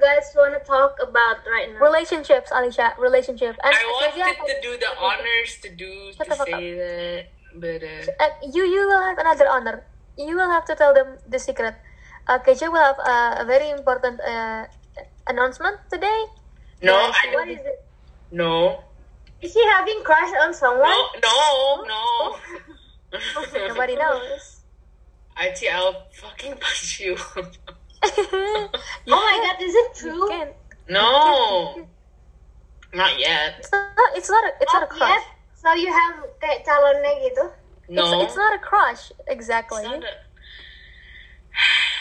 guys want to talk about right now? Relationships, Alicia. Relationship. And I wanted Xavier- to do the honors to do Shut to the fuck say that, but uh, Uh, you you will have another honor. You will have to tell them the secret. Uh, KJ will have uh, a very important uh, announcement today. no, Yes, I What don't. is it? No, Is she having crush on someone? no, Oh. no, no. Nobody knows. I see. I'll fucking punch you. Oh my god, is it You true? can. no, not yet. It's not. It's not. A, it's not a Not crush. yet? So you have kayak calonnya gitu? No, It's, it's not a crush exactly. It's not a-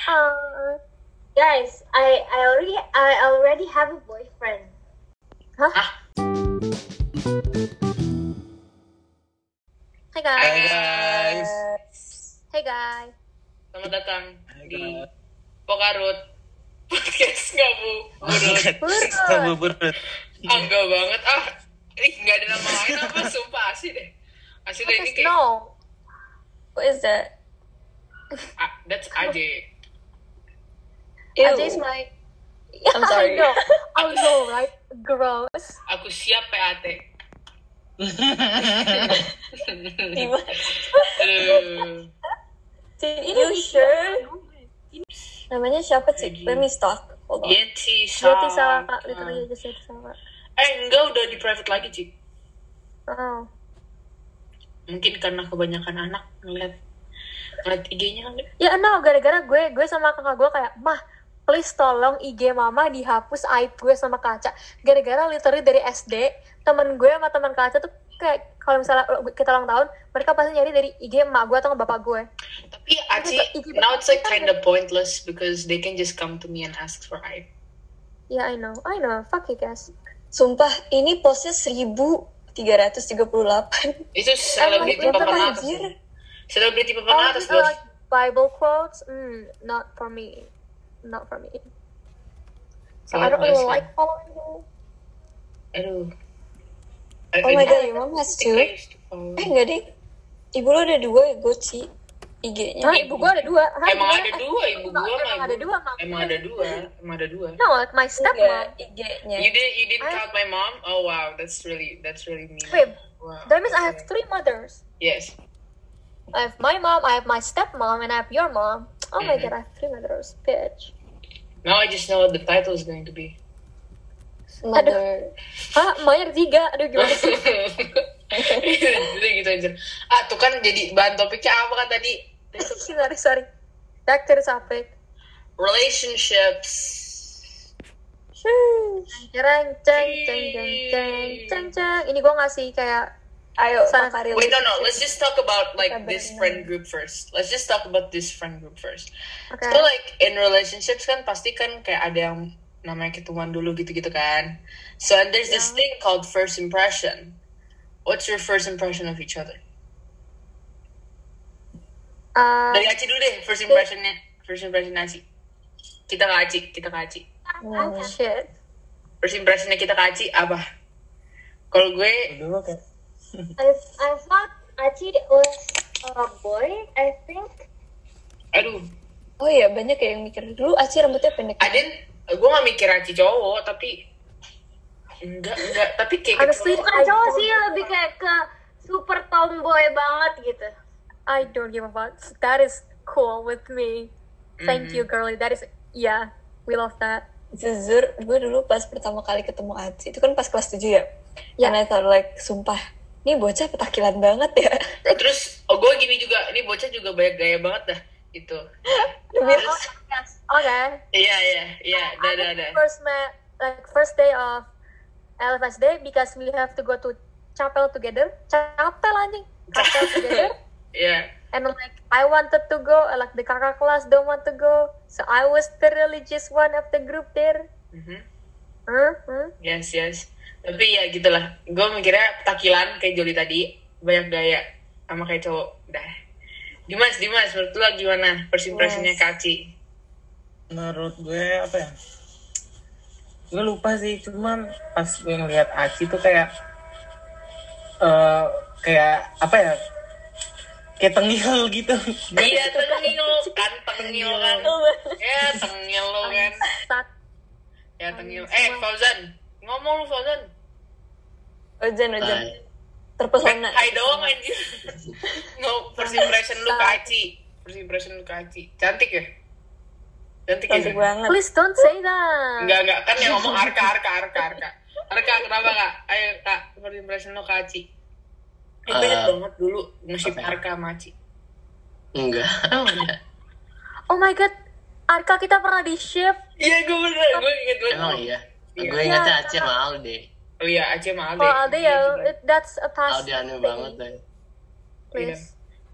Uh, Guys, I I already I already have a boyfriend. hey Hi guys. guys, Hey guys. selamat datang Hi, di guys. Pokarut Podcast nggak bu, burut. Sama burut. Angga banget ah, ih nggak ada nama lain apa sumpah asli deh, asli deh What ini is kayak no? What is that? ah, that's AJ. Ajay's my. I'm sorry. I know. I know, right? Gross. Aku siap PAT. Iya. Aduh. You sure? Namanya siapa sih? Let me stalk. Hold on. Yeti Yeti sama. sama Pak. Literally just Yeti sama Pak. Eh enggak udah di private lagi Ci. Oh. Mungkin karena kebanyakan anak ngeliat ngeliat IG-nya kan. Ya no, gara-gara gue gue sama kakak gue kayak mah please tolong IG mama dihapus aib gue sama kaca. Gara-gara literally dari SD temen gue sama teman kaca tuh kayak kalau misalnya kita ulang tahun mereka pasti nyari dari IG emak gue atau bapak gue. Tapi Iya, Aci, now it's like kind of pointless because they can just come to me and ask for I. Ya I know, I know, fuck you guys. Sumpah, ini postnya 1338. Itu Emang itu selebriti papan atas. ya? anjir. Selebriti papan Oh, atas you know, bos. like Bible quotes, mm, not for me, not for me. So I don't really Pointless, like following you. kan? Aduh. I, Oh I my don't god, your mom think has I two. used to follow. Eh, enggak deh. Ibu lo ada dua ya, gue sih. Hah, IG-nya. ibu gue ada dua. Hah, Emang ibu gua- ada dua ibu Emang gua mah. ada ibu. dua, Mak. Emang ada dua, emang ada dua. No, like my stepmom. Enggak, IG-nya. You did you I- didn't count my mom? Oh wow, that's really that's really mean. Ah. Wait, Wow. That means I have three mothers. Yes. I have my mom, I have my stepmom, and I have your mom. Oh my Mhm. god, I have three mothers, bitch. Now I just know what the title is going to be. Mother. Hah, emaknya ada tiga. Ah, Aduh, gimana sih? Jadi gitu aja. Ah, tuh kan jadi bahan topiknya apa kan tadi? sorry, sorry. Back to the topic. Relationships. Jeng, jeng, jeng, jeng, jeng, jeng, jeng. Ini gue ngasih kayak... Ayo, Sana. Makaril. Wait, no, no. Let's just talk about like Kita this berenang. friend group first. Let's just talk about this friend group first. Oke. So like in relationships kan pasti kan kayak ada yang namanya ketemuan dulu gitu-gitu kan. So and there's this thing called first impression. What's your first impression of each other? Uh, Dari Aci dulu deh, first impressionnya. First impression Aci. Kita ke Aci, kita ke Aci. shit. First impressionnya kita ke Aci apa? Kalau gue, Dulu kayak I I thought Achi was a boy. I think. aduh, Oh iya, banyak ya yang mikir. Dulu Aci rambutnya pendek. Aden, gue gak mikir Aci cowok, tapi enggak enggak tapi kayak gitu. Honestly, ketemu- Bukan I cowok don't- sih lebih kayak ke super tomboy banget gitu. I don't give a fuck. That is cool with me. Thank you, girly. That is... Yeah, we love that. Jujur, gue dulu pas pertama kali ketemu Aci, itu kan pas kelas 7 ya? Ya. And I thought like, sumpah, ini bocah petakilan banget ya. terus oh, gue gini juga ini bocah juga banyak gaya banget dah gitu Demi Oh, Okay. iya iya iya dah dah dah first met like first day of LFS day because we have to go to chapel together chapel anjing chapel together iya and like I wanted to go like the kakak kelas don't want to go so I was the religious one of the group there Mhm. hmm? Hmm? yes yes tapi ya gitulah gue mikirnya takilan kayak Joli tadi banyak gaya sama kayak cowok dah Dimas Dimas menurut lo gimana first impressionnya ke Aci menurut gue apa ya? Gue lupa sih, cuman pas gue ngeliat Aci tuh kayak eh kayak apa ya? Kayak tengil gitu. iya tengil kan tengil kan ya tengil lo kan Sat. Ya, tengil. Eh, Fauzan. Ngomong lu, Fauzan. Ojen, Ojen. Hai. Terpesona. Kan, Hai doang anjir. No, first impression lu ke Aci. First impression lu ke Aci. Cantik ya? Cantik ya? Cantik banget. Please don't say that. Enggak, enggak. Kan yang ngomong Arka, Arka, Arka, Arka. Arka, kenapa kak? Ayo kak, first impression lu ke Aci. Eh, Eh, banyak banget dulu nge-ship apa ya? Arka sama Aci. Enggak. Mana? Oh my god, Arka kita pernah di ship. Iya, gue bener. Gue inget banget. Emang iya. Iya. Gue ingatnya Aceh mahal deh. Oh iya, Aci sama Alde. Kalau Alde ya, it- that's a past. Aldi aneh banget ya. deh. Iya. Please.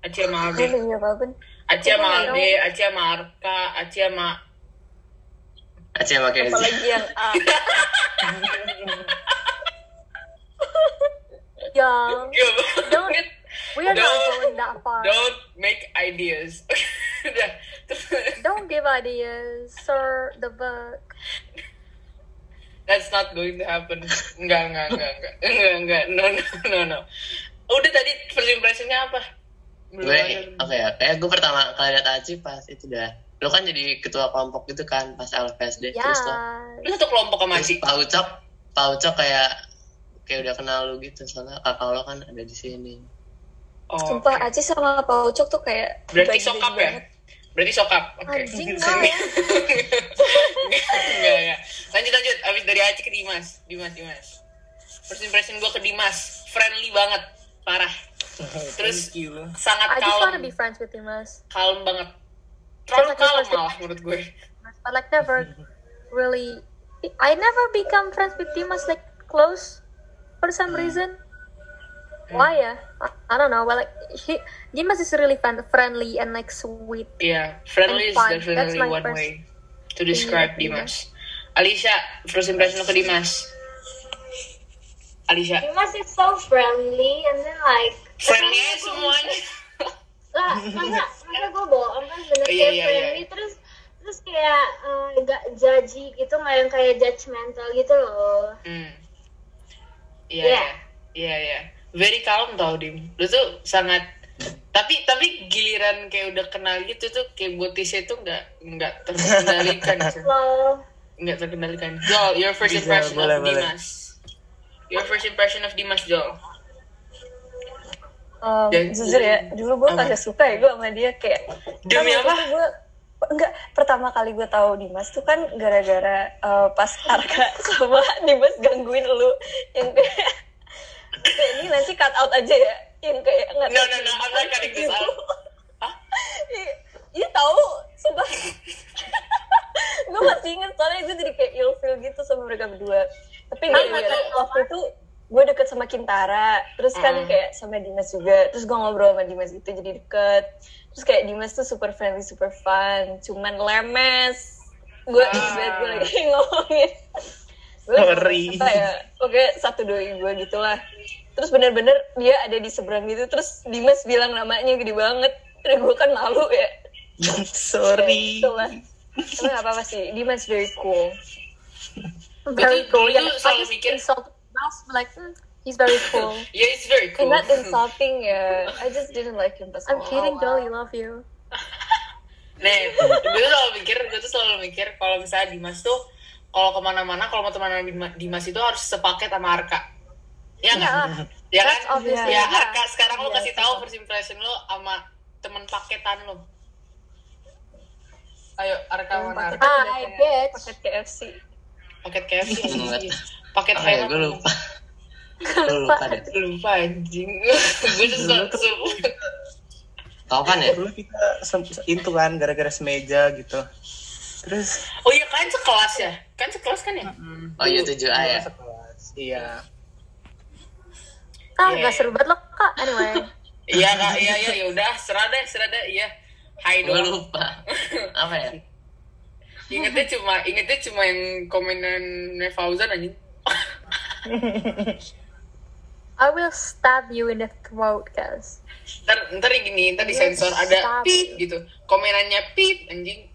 Aci sama Alde. Aduh, ya babun. Aci sama Alde, Aci sama Arka, Aci sama... Aceh sama Kenzi. Apalagi yang A. Yeah. Gila Don't- banget. Iya. We are not Don't- going that far. Don't make ideas. Udah. Terus, Don't give ideas, sir. The book. That's not going to happen. Enggak, enggak, enggak, enggak. Enggak, enggak. No, no, no, no. Udah tadi first impression-nya apa? Belum Gue, ada. apa ya? Kayak gue pertama kali liat Aceh pas itu dah. Lo kan jadi ketua kelompok gitu kan pas LPSD. Ya. Yeah. Terus lo, Lu satu kelompok sama terus Aci. Pak Ucok, Pak Ucok kayak kayak udah kenal lu gitu soalnya kakak lo kan ada di sini. Oh, Sumpah, oke. Aci sama Pak Ucok tuh kayak... Berarti bagi-bagi sokap ya? banget. Berarti sokap. Oke. Anjing lah ya. Enggak, enggak. Lanjut, lanjut. Abis dari Aci ke Dimas. Dimas, Dimas. First impression gue ke Dimas. Friendly banget. Parah. Terus- Thank you, lu. I Sangat just wanna kalem. be friends with you, mas. Kalem banget. Terlalu Terus lagi kalem first malah menurut gue. But like never really, I never become friends with Dimas like close for some reason. Why ya? I, I don't know. But like he, Dimas is really fun, friendly and like sweet. Yeah, Iya, friendly And is fun. definitely That's my one first way to describe thing of Dimas. Alicia, first impression lo ke Dimas. Alicia, Dimas is so friendly and then like friendly aja semuanya. lah masa masa gue bohong kan bener Iya, kayak iya, friendly terus terus kayak eh, nggak judgy gitu nggak yang kayak judgmental gitu loh Hmm. Iya, iya, iya, iya. Very calm tau Dim. Lu tuh sangat tapi tapi giliran kayak udah kenal gitu tuh kayak botisnya tuh nggak nggak terkendalikan cuy. Wow. nggak terkendalikan Jol your first Bisa, impression boleh, of boleh. Dimas your first impression of Dimas Jol Um, Dan- jujur ya, dulu gue Apa? kagak suka ya gue sama dia kayak Demi kan waktu apa? itu Gue enggak pertama kali gue tahu Dimas tuh kan gara-gara eh, pas Arka sama Dimas gangguin lu yang kayak kayak ini nanti cut out aja ya yang kayak nggak No, no, no, I'm not cutting this out. Hah? Iya- Iya tahu, sumpah. gue masih inget soalnya itu jadi kayak ilfil gitu sama mereka berdua. Tapi iya. gue Sama, ingat sama. waktu itu gue deket sama Kintara, terus kan Hmm. kayak sama Dimas juga, terus gue ngobrol sama Dimas gitu jadi deket. Terus kayak Dimas tuh super friendly, super fun, cuman lemes. Gue Ah. ingat gue lagi ngomongin. Gue Sorry. apa ya? Oke, satu doi gue gitulah. Terus bener-bener dia ada di seberang gitu, terus Dimas bilang namanya gede banget. Terus gue kan malu ya, Sorry. Gitu lah. Tapi gak apa-apa sih, Dimas very cool. Very Itu cool. dulu Yeah, I selalu just mikir- insult Dimas, but like hmm, he's very cool. Yeah, Ya, it's very And cool. not insulting ya, I just didn't like him pas I'm awal-awal. kidding, Joel. We love you. Nih, gue tuh selalu mikir, gue tuh selalu mikir kalau misalnya Dimas tuh kalau kemana-mana, kalau mau temenan Dima- Dimas itu harus sepaket sama Arka. Ya nggak? Yeah, Ya that's kan? obvious. Ya Iya. Arka, sekarang lo Iya, kasih tahu first impression lo sama temen paketan lo. Ayo, Arka Yang mana? Arka? paketan udah Hi, kayak bitch. Paket KFC. Paket KFC. Ingat. paket Iya, Oh ya, Hemat. gue lupa. gue lupa deh. Lupa anjing. gue tuh selalu... selalu- Kapan ya? Dulu kita sem- se- itu kan gara-gara semeja gitu. Terus Oh iya, kan sekelas ya? Kan sekelas kan ya? Oh iya 7A ya. sekelas. Iya. Ah, Yeah. nggak seru banget loh kak. uh, Anyway, Iya kak, iya iya ya udah serah deh, serah deh, iya. Hai Gue doang. lupa. Apa ya? Ingetnya cuma, ingetnya cuma yang komenan Fauzan aja. I will stab you in the throat, guys. Ntar, ntar ya gini, ntar disensor ada Stop. pip gitu. Komenannya pip anjing.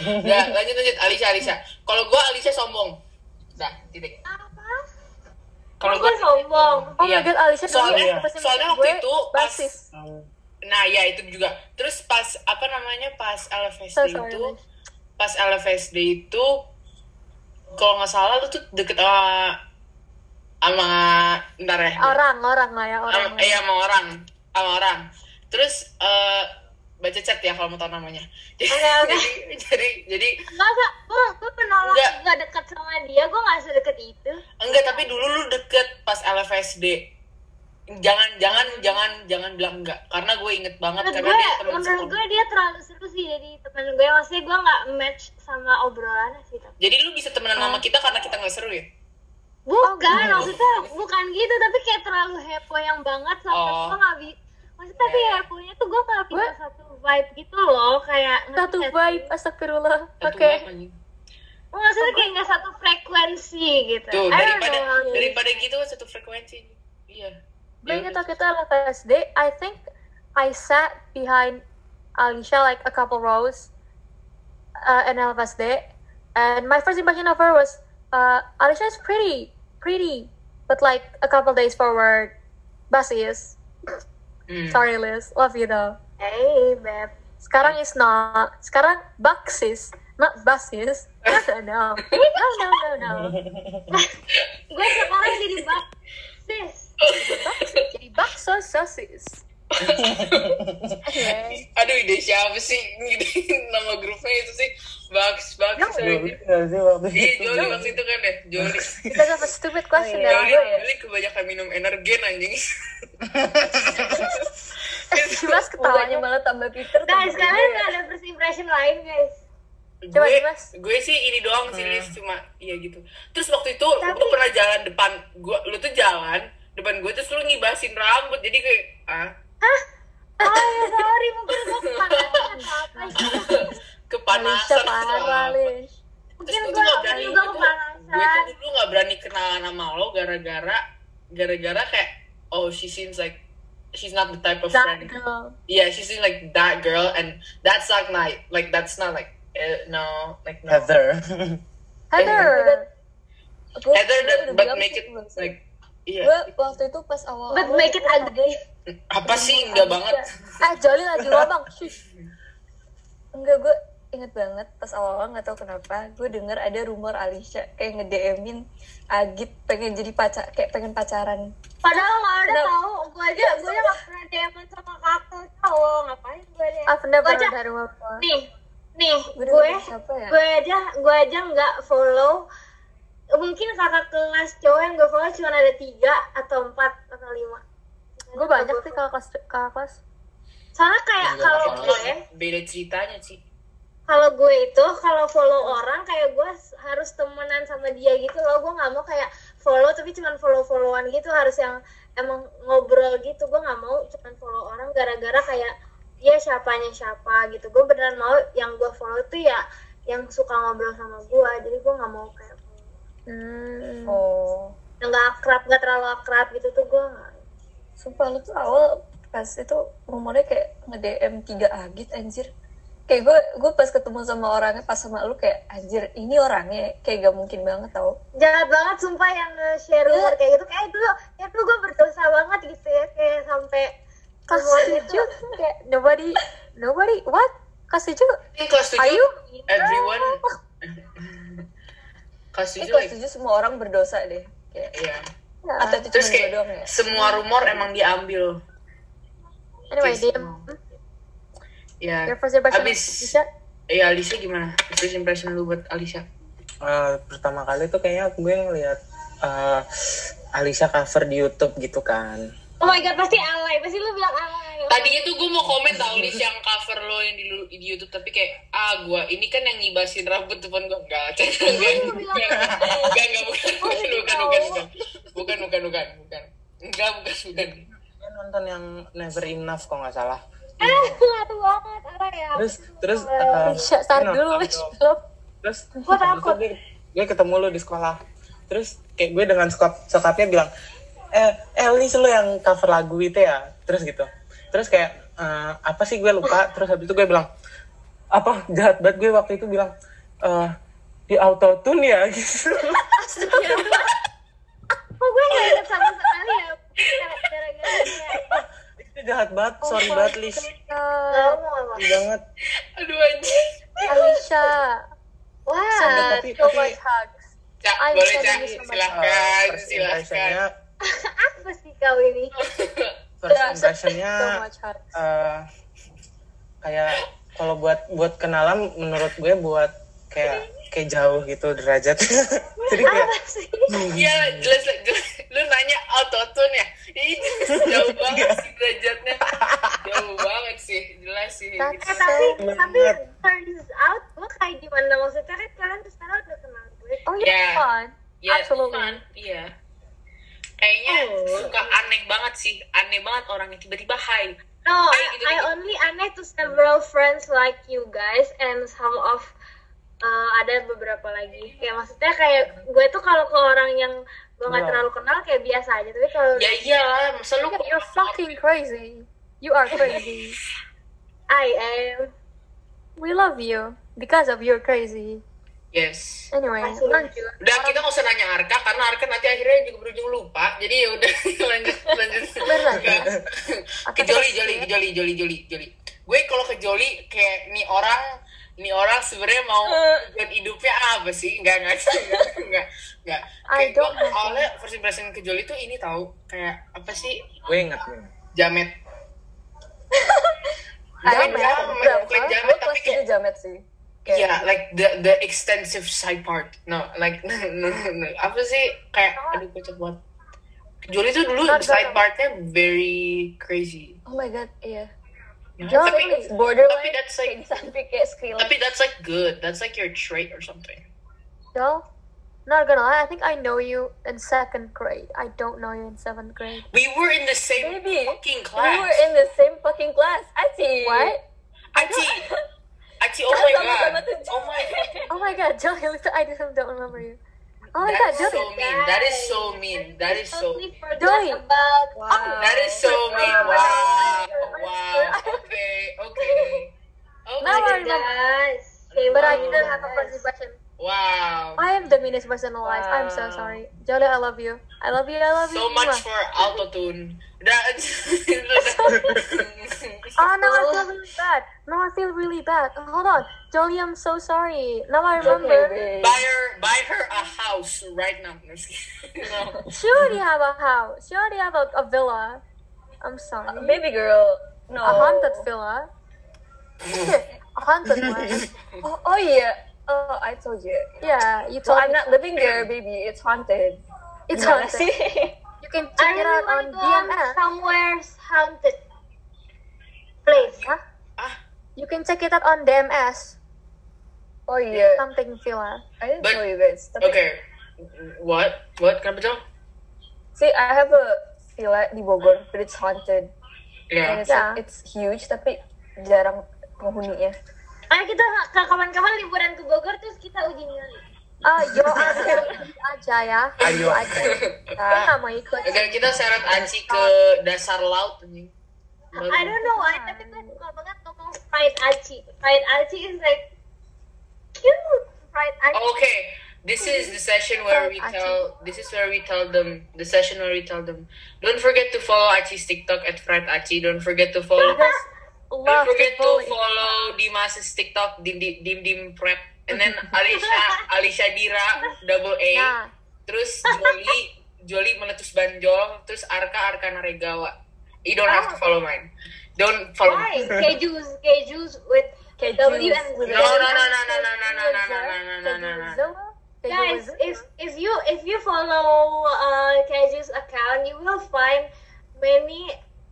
Udah, lanjut lanjut Alisa Alisa. Kalau gua Alisa sombong. Dah, titik. Kalau gue gua sombong Oh my Iya. god, Alicia dulu Soalnya- pas soalnya impression waktu gue, itu pas- basis. Nah, ya itu juga. Terus pas apa namanya? Pas So LFSD sorry, itu, Alicia. pas LFSD itu kalau nggak salah lu tuh deket sama sama ntar ya orang orang lah ya orang Sama- iya sama orang sama orang terus eh, baca chat ya kalau mau tahu namanya jadi Oke, oke. jadi jadi, jadi Enggak, enggak. Gue, gue penolak Enggak. enggak deket sama dia. Gue gak sedekat itu. enggak tapi dulu lu deket pas LFSD jangan jangan jangan jangan bilang enggak karena gue inget banget Menurut karena gue, dia teman menurut sekolah gue dia terlalu seru sih jadi temen gue. Maksudnya gue gak match sama obrolannya sih. Tapi. jadi lu bisa temenan Ah. sama kita karena kita nggak seru ya Bukan, maksudnya bukan gitu. Tapi kayak terlalu heboh yang banget. Sampai Oh. gue gak bi- Maksudnya tapi Ya. hebohnya tuh gue gak punya Gue- satu vibe gitu loh. Kayak satu ngechat. vibe astagfirullah oke Satu banget, anjing. Maksudnya kayak gak satu frekuensi gitu. tuh I don't daripada know. daripada gitu kan satu frekuensi iya gue Ya inget udah. waktu itu LFSD I think I sat behind Alicia like a couple rows uh, in LFSD and my first impression of her was uh, Alicia is pretty pretty but like a couple days forward Basi is Hmm. sorry Liz love you though Hey, Beb. sekarang is not sekarang Baksis not Basis no no no no no no, no. Gue sekarang jadi bak. Sis. jadi bakso sosis anyway aduh ide siapa sih nama grupnya itu sih Bugs Bugs Joli nggak ya, sih waktu iya itu? Joli waktu itu kan deh Joli because of a stupid question that I did Joli, Joli kebanyakan minum energen anjing Dimas Mukanya ketawanya malah tambah Peter. Guys, kalian ya. gak ada first impression lain, guys. Coba, gue Dimas. gue sih ini doang sih Liz, cuma iya gitu terus waktu itu lu Tapi- pernah jalan depan gue lu tuh jalan depan gue terus lu ngibasin rambut jadi kayak ah Oh ya sorry, mungkin gue kepanasan atau apa Alicia kepanasan parah Liz terus Mungkin gue tuh gue gak waktu berani itu gue gue tuh, gue tuh kepanasan. dulu gak berani kenalan sama lo gara-gara gara-gara kayak oh she seems like she's not the type of that friend girl yeah she seems like that girl and that's not my like that's not like eh, no like no Heather. Heather Gue- Heather gue that, udah but bilang make sih, it Mas. like iya gue waktu itu pas awal But make it ugly. apa sih enggak banget eh Jolly lagi ngomong Shush. enggak gue inget banget pas awal-awal nggak tahu kenapa gue denger ada rumor Alicia kayak nge-DM-in Agit pengen jadi pacar kayak pengen pacaran Padahal gak ada Kenapa? tahu. Gue aja, gue aja gak pernah DM sama kakak cowok. Ngapain gue deh? I've never Gue aja, heard that rumor before nih, nih, gue gue, denger siapa ya gue aja, gue aja nggak follow. Mungkin kakak kelas cowok yang gue follow cuma ada tiga atau empat atau lima. gue banyak sih kakak kelas kakak kelas Soalnya kayak Iya, kalau kakak ya. gue, beda ceritanya sih kalau gue itu kalau follow orang kayak gue s- harus temenan sama dia gitu loh gue nggak mau kayak follow tapi cuman follow followan gitu harus yang emang ngobrol gitu gue nggak mau cuman follow orang gara-gara kayak dia siapanya siapa gitu gue beneran mau yang gue follow tuh ya yang suka ngobrol sama gue jadi gue nggak mau kayak hmm. oh yang nggak akrab nggak terlalu akrab gitu tuh gue nggak- sumpah lu tuh awal pas itu rumornya kayak nge-DM tiga Agit anjir kayak gue gue pas ketemu sama orangnya pas sama lu kayak anjir ini orangnya kayak gak mungkin banget tau jahat banget sumpah yang share rumor kayak gitu kayak dulu ya tuh gue berdosa banget gitu ya kayak sampai kelas rumor tujuh kayak nobody nobody what kelas tujuh ini kelas are tujuh you everyone kelas eh tujuh kelas like, tujuh semua orang berdosa deh kayak iya. atau itu terus cuma gue kayak doang ya semua rumor emang diambil anyway Kayak Dim oh semua. ya your first impression Abis. Alicia? Iya, Alicia gimana? First impression lu buat Alicia? Eh, pertama kali tuh kayaknya gue ngeliat eh, Alicia cover di YouTube gitu kan. Oh my god, pasti alay. Pasti lu bilang alay. Tadinya tuh gue mau komen tau Lis yang cover lo yang di, lu- di YouTube tapi kayak ah gue ini kan yang ngibasin rambut depan gue enggak enggak enggak enggak enggak bukan bukan bukan bukan bukan bukan bukan bukan bukan enggak bukan bukan Gue nonton yang Never Enough kalau nggak salah. Eh, satu banget. Alay ya. Terus terus eh, Alicia start nonton dulu Liz dong. belum terus Gua takut. gue, gue ketemu lu di sekolah terus kayak gue dengan sokap sokapnya bilang eh Elis lu yang cover lagu itu ya terus gitu terus kayak "Eh, apa sih gue lupa terus habis itu gue bilang apa jahat banget gue waktu itu bilang eh di auto tune ya gitu Kok gue gak inget sama sekali ya? Gara-gara dia. itu jahat banget Oh sorry banget Lis Uh, Gak mau apa. Sorry banget aduh anjing Alicia Uh, Wah. tapi tapi hugs Cak, I'm boleh sorry, Cak, Miss Roman. silahkan, Eh, first silahkan. impressionnya apa sih kau ini first Udah, impressionnya so much heart. eh, kayak kalau buat buat kenalan menurut gue buat kayak kayak jauh gitu derajat jadi kayak apa sih Eh, Iya, jelas, jelas. Lu nanya autotune ya? Ih, jauh banget sih derajatnya. Jauh banget sih, jelas sih. Eh, tapi Bener. tapi turns out gue kayak gimana maksudnya kan kalian sekarang udah kenal gue Oh iya, Ya. fun. Ya, Absolutely. cuman, Iya. Kayaknya suka aneh banget sih, aneh banget orangnya tiba-tiba high. No, Ay, gitu, I gitu. only aneh to several friends like you guys and some of uh, ada beberapa lagi. Kayak maksudnya kayak gue tuh kalau ke orang yang gue nggak Wow. terlalu kenal kayak biasa aja. Tapi kalau Ya iyalah, masa lu You're fucking crazy. You are crazy. I am We love you because of your crazy. Yes. Anyway, masih lucu. lanjut. Udah kita nggak usah nanya Arka karena Arka nanti akhirnya juga berujung lupa. Jadi ya udah lanjut lanjut. Beneran? ke Joli Joli ke Joli Joli Joli Joli. Gue kalau ke Joli kayak nih orang nih orang sebenarnya mau tujuan hidupnya apa sih? Enggak enggak sih. Enggak, enggak enggak. Kayak I don't gue know. awalnya first impression ke Joli tuh ini tahu kayak apa sih gue inget nih jamet. Ayo, Bukan Mel. jamet, bukan jamet Gue tapi kelas kayak Iya. tiga jamet sih. Kayak Yeah, like the the extensive side part. No, like no, no, no. apa sih kayak Ah. aduh kocak banget. Jolly tuh dulu Not side bad. partnya very crazy. oh my god, iya. Ya, Jangan tapi ini borderline tapi that's like- kayak di samping kayak Skrillex. tapi that's like good. That's like your trait or something. No, not gonna lie. I think I know you in second grade. I don't know you in seventh grade. We were in the same Maybe. fucking We class. were in the same fucking class. Aci. What? Aci, Aci, oh my god, Sama-sama tujuh. oh my god, Oh my god, Joey, I just don't remember you. Oh my that god, is so Joey. mean. That is so mean. That is so. Totally forgot Doi. about Wow. That is so mean. Wow. Wow, wow. Okay, okay. Oh Now I my god. remember. guys. They But I were didn't have a first guys. impression. Wow. I am the meanest person alive. I'm so Wow. sorry. Jolie, I love you. I love you. I love So you. much Mwah. for autotune. Udah. Oh no, I feel really bad. No, I feel really bad. Hold on, Jolie, I'm so sorry. Now I remember. Okay, buy her, buy her a house right now. No, just kidding. No. She already have a house. She already have a, a villa. I'm sorry. babe. Baby girl. No. A haunted villa. a haunted one. Oh, oh yeah. Oh, I told you. Yeah, you So told I'm me. not living there, baby. It's haunted. It's Gimana haunted. sih? You can I check it really out on wanna go on DMS. somewhere haunted place. You can check it out on DMS. Oh yeah. Something villa. I didn't But- tell you guys. Tapi, Okay. What? What? Kenapa Jo? See, I have a villa di Bogor, but it's haunted. And Yeah. it's, like- Yeah. it's huge, tapi jarang penghuninya. Ayo kita ke kapan-kapan liburan ke Bogor terus kita uji nyali. Ah, yo aja, aja ya. ayo Uh, Aku Ah, nggak mau ikut. Oke, kita seret Aci ke dasar laut nih. I don't know why, tapi gue suka banget ngomong fried aci. Fried aci is like cute. Fried aci. Okay, this is the session where we tell. This is where we tell them. The session where we tell them. Don't forget to follow Aci's TikTok at Fried Aci. Don't forget to follow. Don't Love to forget to bully. follow Dimas's TikTok Dim Dim Dim, Dim Prep and then Alicia Alicia Dira double A Nah, terus Joli Joli meletus banjol terus Arka Arka Naregawa you don't have to follow mine don't follow Why? mine. Keju's, keju's with W and with Z. no no no no no no no no no no no no no no Guys, if if you if you follow uh, Keju's account, you will find many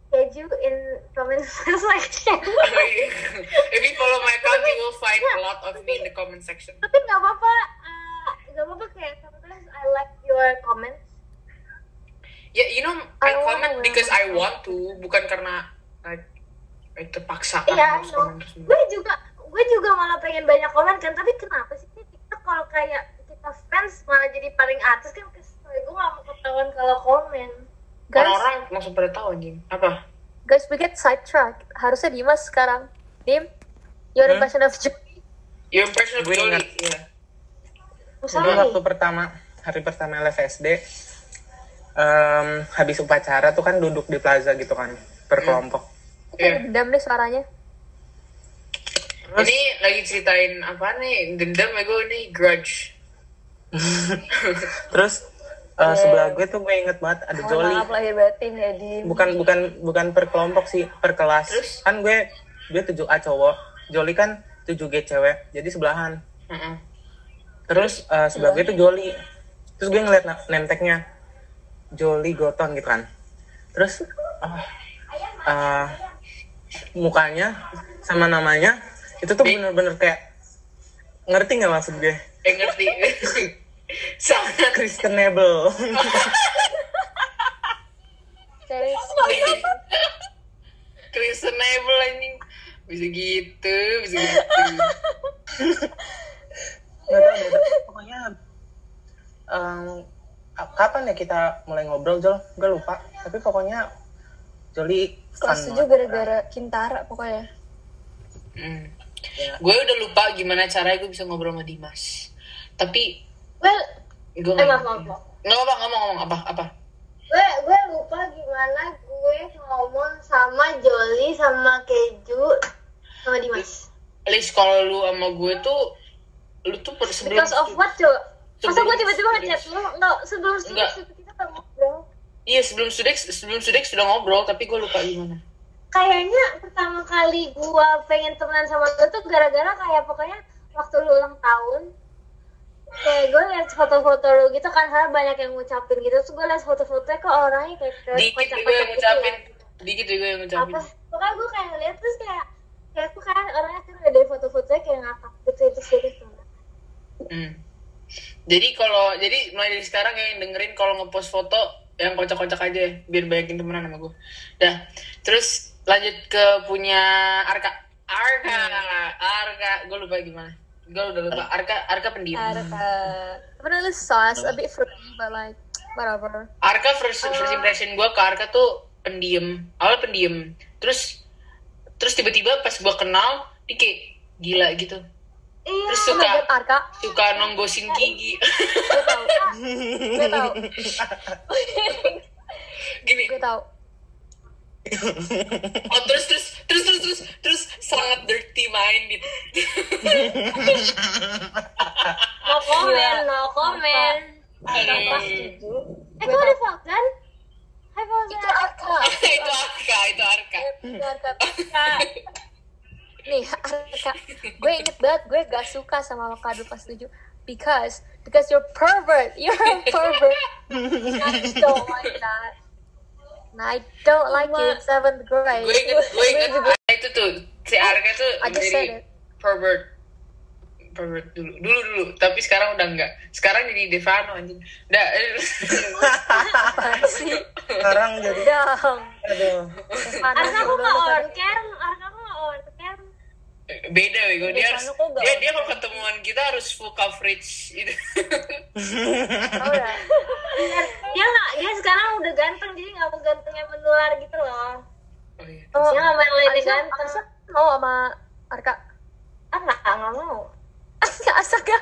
Keju in comment section. if you follow my account you will find a lot of me in the comment section Tapi nggak apa-apa, uh, nggak apa-apa kayak sometimes I like your comments. Ya, you know, I I, wanna comment wear because my I want to, bukan karena like, I terpaksa kan Iya, harus no. comment semua. gue juga gue juga malah pengen banyak komen kan tapi kenapa sih ini TikTok kalau kayak kita fans malah jadi paling atas kan kesel gue gak mau ketahuan kalau komen guys, Orang-orang langsung pada tahu anjing. Apa? guys, we get sidetracked. Harusnya Dimas sekarang. Dim, your Hmm? impression of Joey. Your impression of Gue Jolie. ingat. Iya. Dulu misalnya waktu pertama hari pertama LFSD em, habis upacara tuh kan duduk di plaza gitu kan per kelompok Iya. Kayak Dendam deh suaranya. Ini lagi ceritain apa nih? Dendam ya gue nih grudge. Terus eh, sebelah gue tuh gue inget banget ada Mohon Jolly. maaf lahir batin ya Dim. Bukan bukan bukan per kelompok sih, per kelas. Kan gue gue 7A cowok, Jolly kan 7G cewek. Jadi sebelahan. Heeh. Terus eh, sebelah gue tuh Jolly. Terus gue ngeliat na- name tag-nya. Jolly Goton gitu kan. Terus ah, ah, mukanya sama namanya itu tuh bener-bener kayak ngerti nggak maksud gue? Eh ngerti. Sangat Christianable. Serius. Christenable anjing. Bisa gitu, bisa gitu. Nggak tahu deh, pokoknya em, a- kapan ya kita mulai ngobrol Jol? Gue lupa. Tapi pokoknya Jolly Kelas 7 fun banget. gara-gara Kintara pokoknya. Hmm. Ya. Gue udah lupa gimana caranya gue bisa ngobrol sama Dimas. Tapi Well, gue eh maaf maaf. maaf. Nggak apa ngomong ngomong apa apa. Gue gue lupa gimana gue ngomong sama Jolly sama Keju sama Dimas. Lis kalau lu sama gue tuh lu tuh per- sebelum Because of what, Cok? Masa sebelum- gue tiba-tiba ngechat lu? Enggak, sebelum Iya, Enggak. sebelum kita nggak ngobrol. Iya sebelum sudek sebelum sudek sudah ngobrol tapi gue lupa gimana. kayaknya pertama kali gua pengen temenan sama lu tuh gara-gara kayak pokoknya waktu lu ulang tahun kayak gue liat foto-foto lu gitu kan karena banyak yang ngucapin gitu terus gue liat foto-fotonya kok orangnya kayak ke Dikit kocak-kocak gue yang gitu ya. ngucapin, dikit gue yang ngucapin. apa pokoknya gue kayak liat terus kayak kayak aku kan orangnya kan dari foto-fotonya kayak ngakak gitu itu sih Hmm. Jadi kalau jadi mulai dari sekarang ya, yang dengerin kalau ngepost foto yang kocak-kocak aja ya, biar banyakin temenan sama gue. Dah. Terus lanjut ke punya Arka. Arka, Arka, gue lupa gimana. Gue udah lupa. Arka, Arka pendiam. Arka. Definitely sus, a bit fruity, but like whatever. Arka first, first impression gue ke Arka tuh pendiam. Awal pendiam. Terus terus tiba-tiba pas gue kenal, dia kayak gila gitu. iya Terus Oh my suka god, Arka, suka nonggosin gigi. gue tau, gue tau, Gini, gue tau. Oh terus terus terus terus terus terus sangat dirty minded. no comment no comment Hmm. eh gue ada Fauzan Hai Fauzan Itu Arka, itu Arka, itu Iya, Arka. itu Arka. Nih, Arka, gue inget banget, gue gak suka sama lo kado pas tujuh. Because, because you're pervert, you're a pervert. I don't like that. And I don't like you in seventh grade. Gue inget, gue inget Arka itu tuh si Arka tuh I just said it. dari pervert pervert dulu dulu dulu tapi sekarang udah enggak sekarang jadi Devano anjing eh, udah Apaan sih? Sekarang jadi Dong. aduh. Arka aku gak on cam Arka aku gak on cam beda bego dia harus Devano kok enggak dia dia kalau ketemuan kita harus full coverage itu Alright. dia nggak dia sekarang udah ganteng jadi nggak mau gantengnya menular gitu loh oh, iya. Oh, dia nggak main lady Aisyah, ganteng Aisyah mau sama Arka. ah nggak nggak mau Astaga, astaga.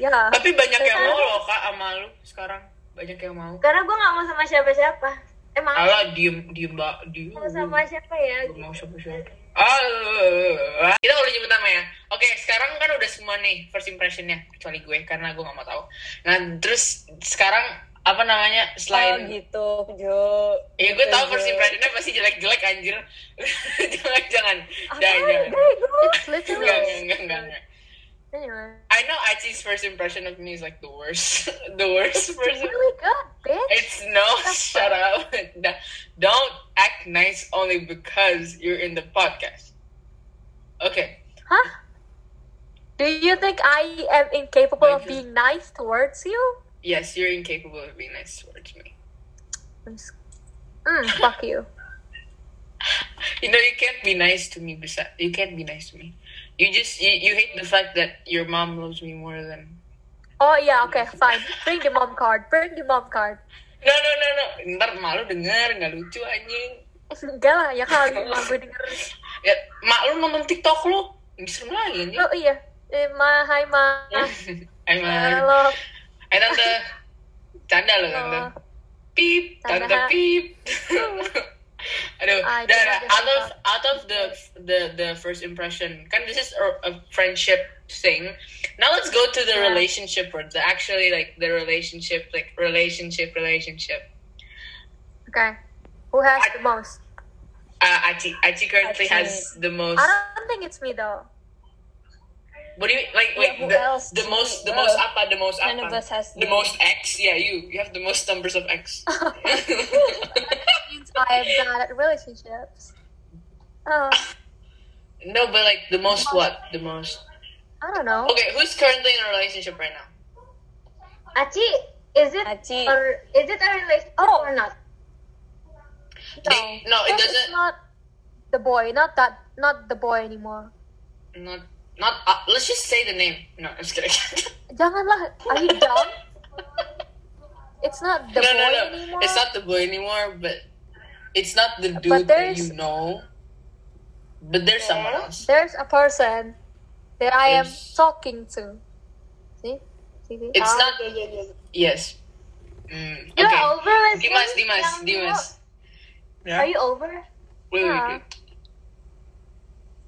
ya. tapi banyak yang mau loh kak sama lu sekarang banyak yang mau karena gue nggak mau sama siapa siapa emang aku Alah diem diem mbak diem mau sama siapa ya Gak mau siapa-siapa. Ah, kita udah nyebut nama ya. Oke, sekarang kan udah semua nih first impressionnya kecuali gue karena gue gak mau tahu. Nah, terus sekarang apa namanya Oh selain gitu, Jo. ya gue Gitu, tahu Jo. first impressionnya pasti jelek-jelek anjir. jangan jangan. Jangan jangan. gitu. It's Enggak enggak literally. enggak enggak. Anyway. I know Aci's first impression of me is like the worst, the It's worst person. really good, bitch. It's no, shut up. Nah, Don't act nice only because you're in the podcast. Okay. Huh? Do you think I am incapable of Thank you. being nice towards you? Yes, you're incapable of being nice towards me. I'm s- Mm, fuck you. You know, you can't be nice to me. Besides, you can't be nice to me. You just you, you hate the fact that your mom loves me more than. Oh yeah, okay, fine. Bring the mom card. Bring the mom card. No, no, no, no. Ntar malu denger nggak lucu anjing. Enggak lah, ya kali mah gue denger. Ya, mak lu nonton TikTok lu. Serem lagi anjing. Oh iya. Eh, ma, hai ma. Emang. Halo. Eh tante, canda lo tante. Halo. Pip, Oh. Tanda. tante pip. Aduh, Ah, nah, itu nah, bagus, out of itu. out of the the the first impression, kan this is a, a friendship thing. Now let's go to the Yeah. relationship or the actually like the relationship like relationship relationship. Okay. Who has the most? Uh, Achi Achi currently Achi. has the most. I don't think it's me though. What do you mean? Like like who the, else? the most the Well, most apa the most none of apa us has the the- most X? Yeah, you you have the most numbers of X. Means I'm bad at relationships. Oh, no, but like the most what the most? I don't know. Okay, who's currently in a relationship right now? Aci, is it Aci. or is it a relationship Oh. or not? No, no it Because It's doesn't. not the boy. Not that. Not the boy anymore. Not not. Uh, let's just say the name. No, I'm just kidding. Janganlah. Are you dumb? It's not the no, boy no, no. anymore. It's not the boy anymore, but it's not the But dude that there's- you know. But there's someone else. There's a person that I am There's- talking to. See? See? see? It's Ah. not. Iya, iya, iya. Yes. Mm, You're okay. over lah sih. Dimas, Dimas, Yang Dimas. dulu. Are you over? Wait, wait, Yeah. wait.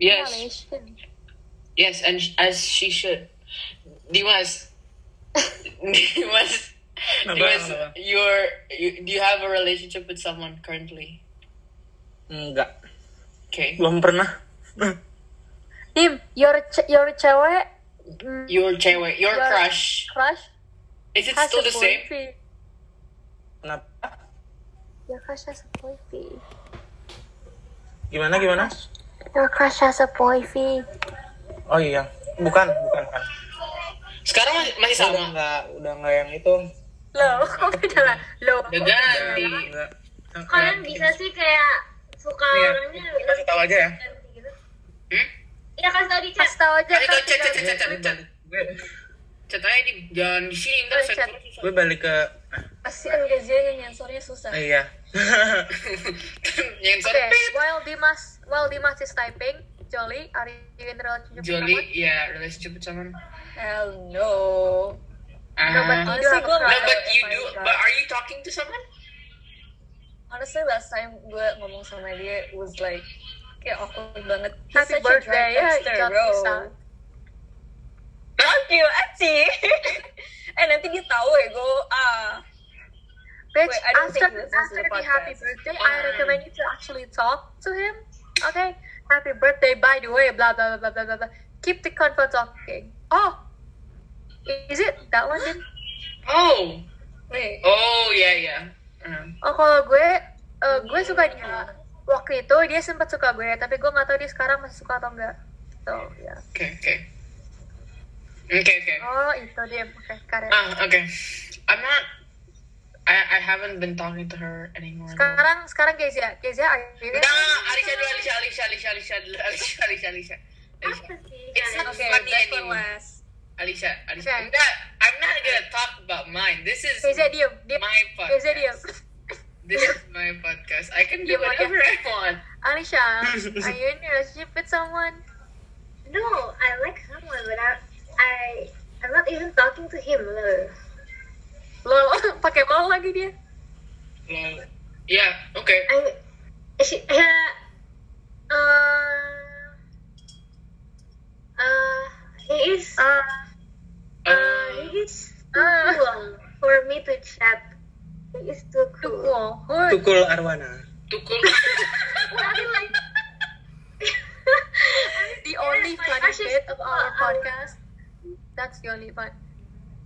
Yes, Relation. yes, and sh- as she should. Dimas, Dimas, Kenapa, Dimas, kenapa? you're, you, do you have a relationship with someone currently? Enggak, Okay. belum pernah. Dim, your ce- your cewek mm, Your cewek, your Your- crush. crush Is it has still a the same? boyfriend. Kenapa? Your crush has a boyfriend. Gimana gimana? Your crush has a boyfriend. Oh iya, bukan, bukan kan. Sekarang masih, masih Udah sama. enggak, udah enggak yang itu. Loh, beda lah. Loh, Udah ganti. Enggak. Kalian bisa sih kayak suka Iya, orangnya kasih tahu aja ya. gitu. Hmm? Iya kasih tau di chat. kasih tau aja. Ayo, kan chat, tidak- chat, chat, chat, chat. Gue, Chat aja di, jangan di sini, ntar Boleh saya chat. keluar susah. gue balik ke, Kasihan Gazia yang nyensornya susah. eh, iya. Yang Okay, sorry, pip. while Dimas, while Dimas is typing, Jolly, are you in a relationship with Jolly, someone? yeah, relationship with someone. Hell no. No, but Ah. you do Honestly, have a No, gue crush. nggak- but you If I do. got- But are you talking to someone? Honestly, last time gue ngomong sama dia was like kayak awkward banget. He's Happy such a drag birthday, ya, dumpster, John bro. Lisa. Fuck you, Aci. eh nanti dia tahu ya gue ah Bitch, Wait, I don't after, think he listens to after the the happy podcast. birthday, I recommend you to actually talk to him. Okay? Happy birthday, by the way, blah, blah, blah, blah, blah, blah. Keep the convo talking. Oh! Is it that one? Din? Oh. wait. Oh yeah yeah. Um, Oh, kalau gue, eh, gue suka dia. Waktu itu dia sempat suka gue, tapi gue nggak tahu dia sekarang masih suka atau enggak. So, ya. okay okay. Okay okay. Oh, itu dia. Oke, karya. Ah okay. I'm not. I I haven't been talking to her anymore. Nah, Sekarang, sekarang Kezia. Kezia, are you in a Alicia dulu Alicia Alicia Alicia Alicia dulu, Alicia Alicia Alicia. Alicia. Apa sih? It's not Okay, funny best for anymore. last. Alicia, Alicia. Okay. I'm not, I'm not gonna talk about mine. This is Kezia diem, diem. my Kezia diem. podcast. This is my podcast. I can do Diem aja. whatever I want. Alicia, are you in a relationship with someone? No, I like someone, but I, I I'm not even talking to him. lol. Lol, pakai lol lagi dia. Well, yeah. Okay. I she ya uh, uh, he is Ah, uh, Um, he is too Ah. cool for me to chat. He is too cool. cool. Good. Tukul Arwana. tukul. I mean, like, The only my funny gosh, it's bit of uh, our um, cool. podcast. That's the only fun.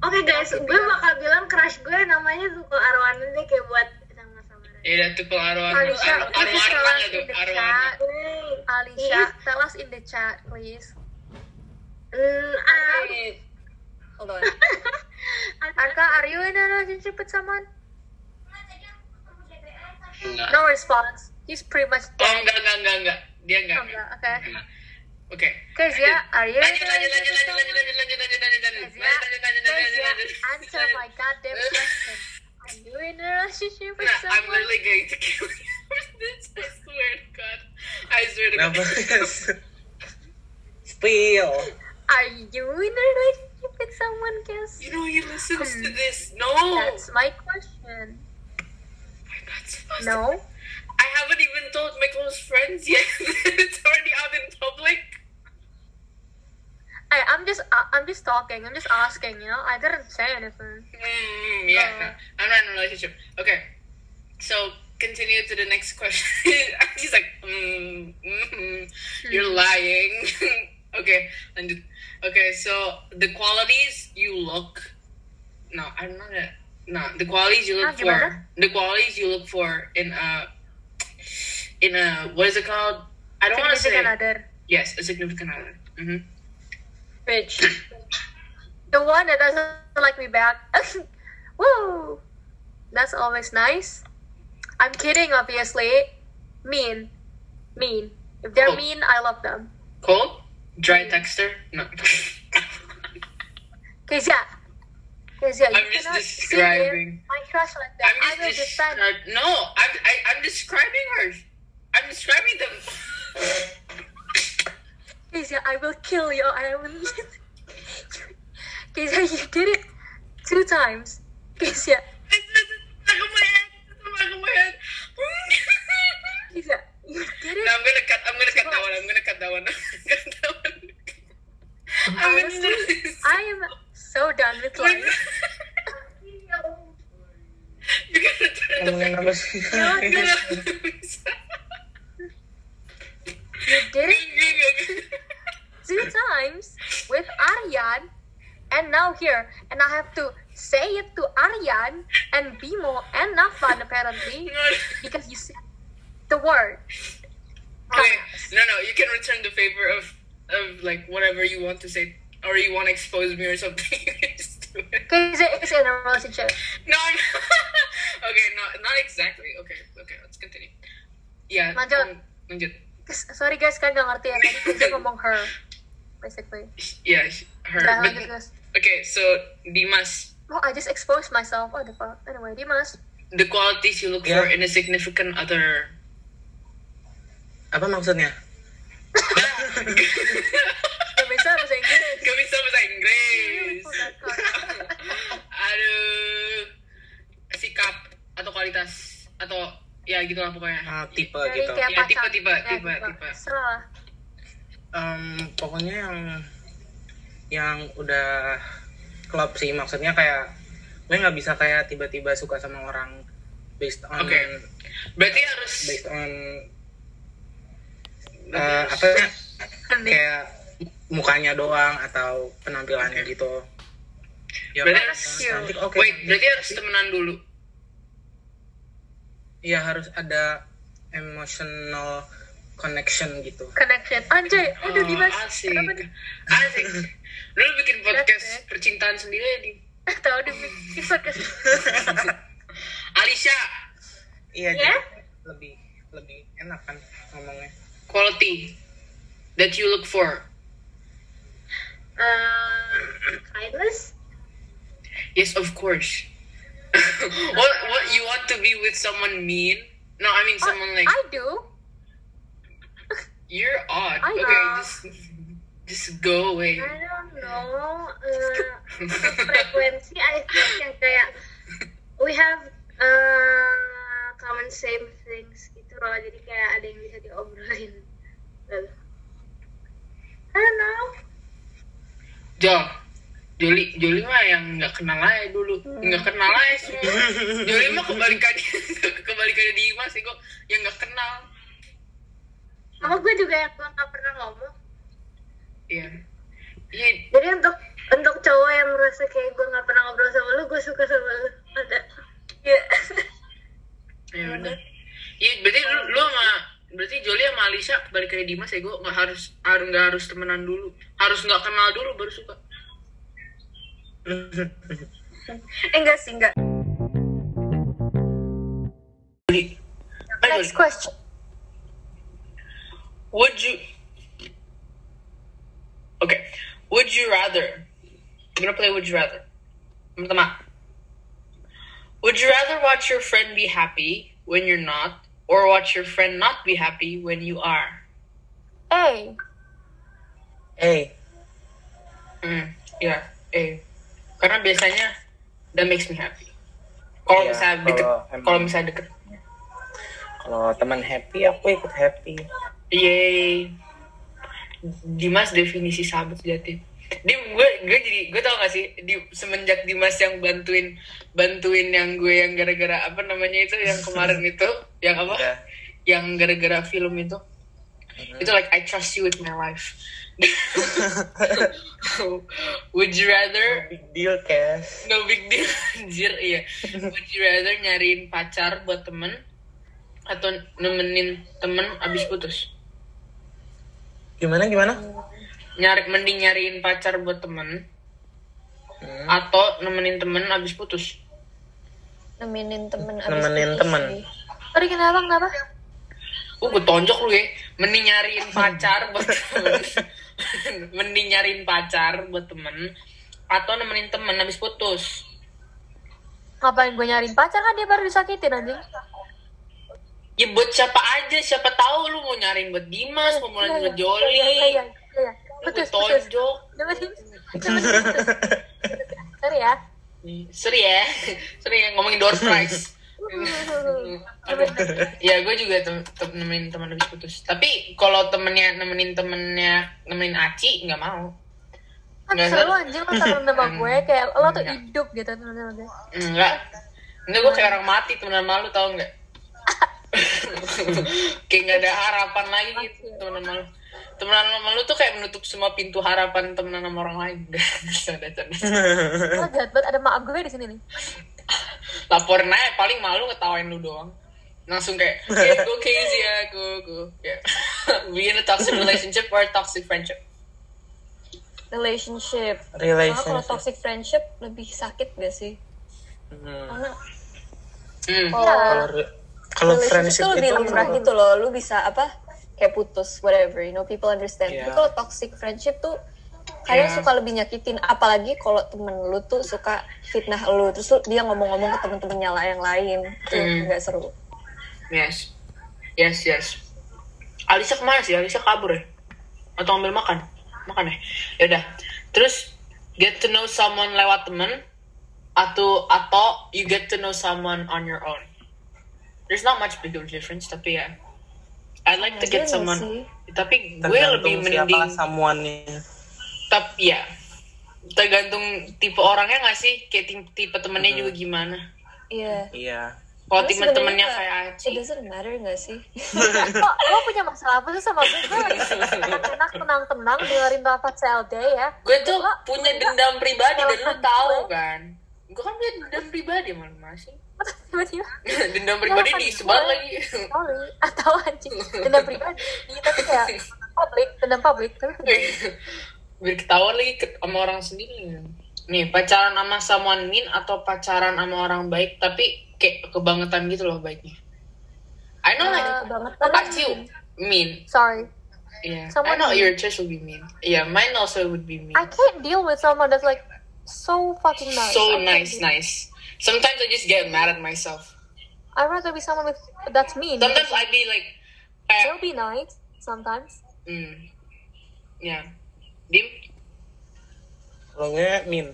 Oke guys, gue bakal bilang crush gue namanya Zuko Arwana deh kayak buat sama-sama. Yeah, tukul arwana. Alicia, Ar- please arwana tell us tuh, in the arwana. chat. Hey, Alicia, tell us in the chat, please. mm, ah, Wait. Hold on. Arka, are you in a relationship with someone? Enggak. No response. He's pretty much Oh dead. enggak enggak enggak enggak. Dia enggak. Oh, enggak. Okay. Oke. Kezia, are you in a Lanjut lanjut lanjut relationship with lanjut lanjut someone? Kezia, lanjut lanjut lanjut lanjut lanjut. Lanjut, lanjut, lanjut, lanjut, Kezia, lanjut, lanjut. answer my goddamn question. Are you in a relationship with Nah, I'm someone? literally going to kill you with this. I swear to God. I swear to God. Kenapa? Spill. Are you in a relationship with someone, Kes? You know he listens to Hmm. this. No. That's my question. We're not supposed to. No. I haven't even told my close friends yet. it's already out in public. I, I'm just I- I'm just talking. I'm just asking. You know, I didn't say anything. Mm, yeah, Oh. no, I'm not in a relationship. Okay, so continue to the next question. I'm just like, mm, mm, Hmm. you're lying. okay, and okay, so the qualities you look. No, I'm not a. No, the qualities you look Ah, for. The qualities you look for in a. In a what is it called? I don't want to say. Significant other. Yes, a significant other. hmm Rich. The one that doesn't like me back. Woo! That's always nice. I'm kidding, obviously. Mean, mean. If they're Oh. mean, I love them. Cold, dry Mm-hmm. texter. No. Cause yeah, cause yeah. I'm you just cannot describing. See my crush like that. I'm I will just defend. describing. No, I'm I, I'm describing her. I'm describing them. Kezia, I will kill you. I will. Kezia, you did it two times. Kezia, It's just in the back of my head. It's in the back of my head. Kezia, you did no, it. I'm gonna cut. I'm gonna cut that one. I'm gonna cut that one. I'm gonna cut that one. I'm gonna do this. I am so done with life. You gotta turn the ngomongin apa sih You did it two times with Aryan, and now here, and I have to say it to Aryan and Bimo and Nafan apparently because you said the word. Okay. No, no, you can return the favor of of like whatever you want to say or you want to expose me or something. You can just do it. Kezia is in a relationship. No, I'm okay, no, not exactly. Okay, okay, let's continue. Yeah. Lanjut. um, lanjut. Sorry guys, kan nggak ngerti ya tadi Kezia ngomong her, basically. Yeah, sh- her. Udah but- lanjut guys. okay, so Dimas, Oh, I just exposed myself. Oh, the fuck. Anyway, Dimas. the qualities you look Yeah. for in a significant other. apa maksudnya Gak bisa bahasa Inggris. Gak bisa bahasa Inggris. Aduh. Sikap atau kualitas atau ya gitulah pokoknya. Ah, tipe Dari gitu kayak Ya, pacar. tipe-tipe, Eh, Ya, tipe, tipe. Serah lah. Em, pokoknya yang yang udah klop sih maksudnya kayak gue nggak bisa kayak tiba-tiba suka sama orang based on Oke. Berarti harus based on eh, apa ya, Hening. kayak mukanya doang atau penampilannya gitu ya Berarti kan, harus cantik oke Wait, berarti harus temenan dulu. ya harus ada emotional connection gitu Connection. Anjay. Aduh, Oh, Dimas. asik. Kenapa nih? Asik. Dulu bikin That's podcast percintaan sendiri ya, di Tahu di di podcast. Alicia iya Ya? jadi lebih lebih enak kan ngomongnya quality that you look for. Eh, kindness Yes, of course. what what you want to be with someone mean? No, I mean Oh, someone like I do. you're odd. I okay, know. just just go away. I don't know eh, frekuensi I think yang kayak we have eh, common same things gitu loh jadi kayak ada yang bisa diobrolin Lalu, I don't know Jo, Juli, Juli mah yang nggak kenal aja dulu, nggak kenal aja semua. Juli mah kebalikannya, kebalikannya Dimas sih kok yang nggak kenal. sama gue juga yang gue gak pernah ngomong Iya, iya, jadi untuk untuk cowok yang merasa kayak gue gak pernah ngobrol sama lu gue suka sama lu ada Iya. iya bener. Iya, berarti lu, lu sama berarti Joli sama Alisa kebalikannya Dimas ya gue nggak harus harus nggak harus temenan dulu, harus nggak kenal dulu baru suka. Eh, enggak sih, enggak. Juli, Eh, Juli, Next question. would you? Okay, would you rather? I'm gonna play Would you rather. Pertama, would you rather watch your friend be happy when you're not, or watch your friend not be happy when you are? Hey, eh Hmm, ya, eh, karena biasanya that makes me happy. Kalau Iya, misalnya deket, kalau emang- kalau misalnya deket, Kalau teman happy, aku ikut happy. Yeay. Iya. Dimas definisi sahabat sejati. Dim, gue gue jadi gue tau gak sih di semenjak Dimas yang bantuin bantuin yang gue yang gara-gara apa namanya itu yang kemarin itu yang apa Iya. yang gara-gara film itu Mm-hmm. itu like I trust you with my life would you rather Big deal, Cash. no big deal anjir iya would you rather nyariin pacar buat temen atau nemenin temen abis putus Gimana, gimana? nyari mending nyariin pacar buat temen Hmm. atau nemenin temen abis putus nemenin temen abis putus Nemenin temen. sih. Sorry kenapa kenapa? uh gue tonjok lu ya mending nyariin pacar buat temen mending nyariin pacar buat temen atau nemenin temen abis putus Ngapain gue nyariin pacar kan dia baru disakitin anjing. ya buat siapa aja siapa tahu lu mau nyariin buat Dimas mau nyariin buat Joli Iya iya iya. lu gue Putus putus. tonjok Nemenin. nemenin, putus. Sorry ya. Seri ya, seri ya ngomongin door prize. ya gue juga tem tem- nemenin teman habis putus. Tapi kalau temennya nemenin temennya nemenin Aci nggak mau. Kan Nggak, seru nggak. anjing lo temen sama gue kayak lo tuh Nggak. hidup gitu temen sama gue. Enggak. Enggak gue kayak orang mati temenan malu tau nggak? kayak nggak ada harapan lagi gitu temenan malu. Temenan sama lu tuh kayak menutup semua pintu harapan temenan sama orang lain. Canda, canda. Lo jahat banget ada maaf gue di sini nih. Laporin aja paling malu ngetawain lu doang. Langsung kayak, hey, gue crazy ya, gue, gue. Kayak, Be in a toxic relationship or a toxic friendship. relationship Soalnya kalau Relationship. toxic friendship lebih sakit gak sih Hmm. karena Hmm. Kalau re- kalau relationship friendship tuh lebih itu lumrah gitu loh lu bisa apa kayak putus whatever you know people understand Iya. tapi kalau toxic friendship tuh kadang Iya. suka lebih nyakitin apalagi kalau temen lu tuh suka fitnah lu terus lu- dia ngomong-ngomong ke temen-temennya lah yang lain tuh Hmm. nggak seru Yes. Yes, yes. Alisa kemana sih? Alisa kabur ya? Atau ambil makan? Makan ya? Yaudah. Terus, get to know someone lewat temen, atau, atau you get to know someone on your own. There's not much big of difference, tapi ya. I like to Iya Nggak get juga someone. sih. Tapi gue lebih tergantung siapa mending samuannya. tapi ya tergantung tipe orangnya nggak sih kayak tim- tipe temennya juga gimana iya Iya. kalau Terus tipe sebenarnya temennya nggak- kayak Aci it doesn't matter gak sih Kok lo punya masalah apa sih sama gue? Gue lagi enak tenang-tenang dengerin rapat CLD ya. gue tuh Lo- punya dendam pribadi dan lu Kalau- tahu kan gue kan punya dendam pribadi malah masih tiba-tiba dendam Kalau pribadi di kan, gue- sebat lagi sorry atau anjing dendam pribadi Iya, tapi kayak publik dendam publik tapi pribadi. biar ketahuan lagi ke, sama orang sendiri nih pacaran sama someone mean atau pacaran sama orang baik tapi kayak kebangetan gitu loh baiknya I know like kebangetan. Aci mean "Eh, sorry Yeah, I Someone know mean. your choice would be mean. Yeah, mine also would be mean. I can't deal with someone that's like so fucking nice I So can't nice, deal. nice. Sometimes I just get mad at myself. I'd rather be someone with that's mean Sometimes I be like, they'll eh, be nice sometimes mm, yeah, Ya. dim, Kalau gue min.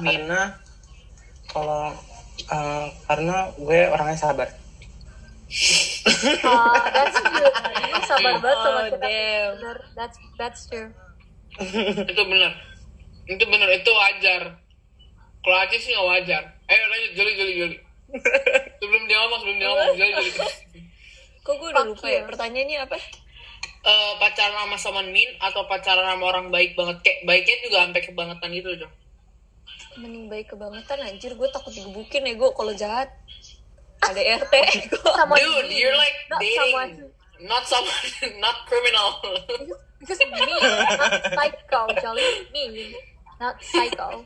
mean. Karena kalau eh, karena gue orangnya sabar. uh, that's true Lu sabar banget sama Oh, kita damn. Bener, that's that's true itu benar, itu benar, itu wajar. Kalau aja sih nggak wajar. Eh, lanjut, jeli, jeli, jeli. sebelum dia ngomong, sebelum dia ngomong, jeli, jeli. kok gue udah Fuck lupa you. ya pertanyaannya apa Eh, pacaran sama someone mean atau pacaran sama orang baik banget kayak baiknya juga sampai kebangetan gitu loh. Jong. mending baik kebangetan anjir gue takut digebukin ya gue kalau jahat ada RT gue someone Dude, mean, you're like not someone dating. Not someone, not criminal. just mean not psycho jolly mean not psycho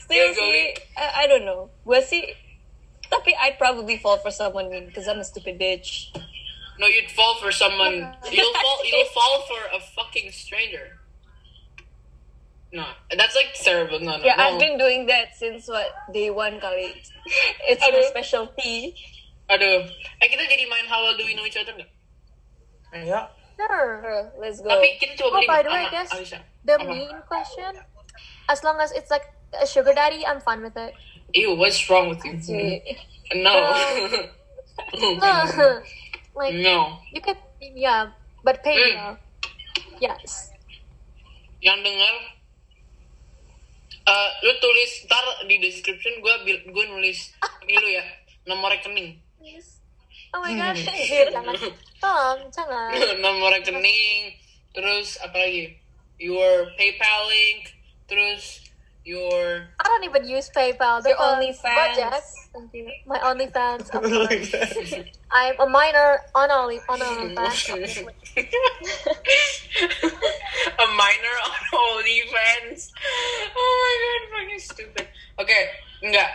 still Yeah, Joey. sih I, I don't know gue sih tapi I'd probably fall for someone mean because I'm a stupid bitch No, you'd fall for someone. You'll fall. You'll fall for a fucking stranger. No, that's like terrible. No, no, yeah no. I've been doing that since what day one kali it's my Aduh. specialty Aduh, eh kita jadi main how well do we know each other nggak? Ayo. sure Bro, let's go Tapi kita coba Oh, beli by nih, the way, sama guys, Alisa. the Apa? mean question as long as it's like a sugar daddy i'm fine with it Mm-hmm. Ew, what's wrong with you? Sweet. No. Nah. like no you can yeah but pay Mm. well. yes yang dengar eh, lu tulis ntar di description gue gue nulis ini lu ya nomor rekening please oh my god jangan tolong jangan nomor rekening terus apa lagi your PayPal link terus your I don't even use PayPal Your because OnlyFans. Gojek- Thank you. my OnlyFans of course. I'm a minor on Only on OnlyFans obviously. a minor on OnlyFans. Oh my god, fucking stupid. Okay, enggak.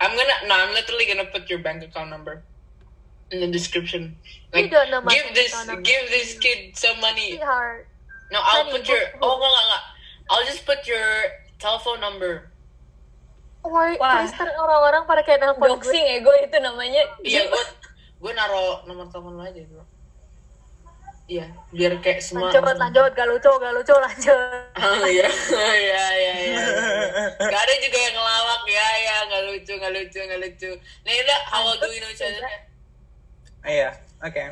I'm gonna, no, I'm literally gonna put your bank account number in the description. You don't know Oh my give bank this, account number. give this kid some money. sweetheart No, I'll Honey, put your, who- who- oh enggak, enggak, enggak. I'll just put your telephone number. Why, Wah. please ntar orang-orang pada kayak nelfon gue Doxing ya gue eh, itu namanya. Iya, gue, gue naro nomor telepon lo aja bro. Iya, biar kayak semua. lanjut lanjut gak lucu gak lucu lanjut Oh iya, iya, iya, iya. Gak ada juga yang ngelawak ya, ya, gak lucu, gak lucu, gak lucu. Nela, how do you know each other? Iya, oke.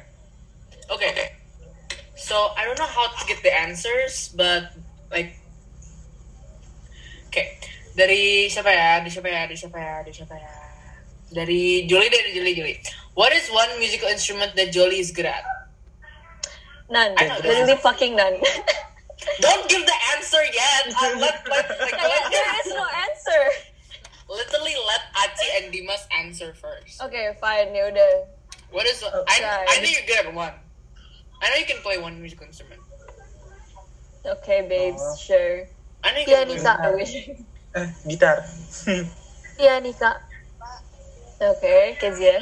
Okay. So I don't know how to get the answers, but like, okay. Dari siapa ya? Dari siapa ya? Dari siapa ya? Dari siapa ya? Dari Jolie, dari Jolie, Jolie. What is one musical instrument that Jolie is good at? Nan, I know literally fucking nan. Don't give the answer yet. Ah, Uh, let, let, like, Kayak let, there is no answer. literally let Aci and Dimas answer first. Oke, fine, ya udah. What is I, Okay. I know you're good at one. I know you can play one musical instrument. Oke, babes, sure. I know you Iya can play Nika, I wish. Eh, gitar. iya Nika. Oke, Kezia.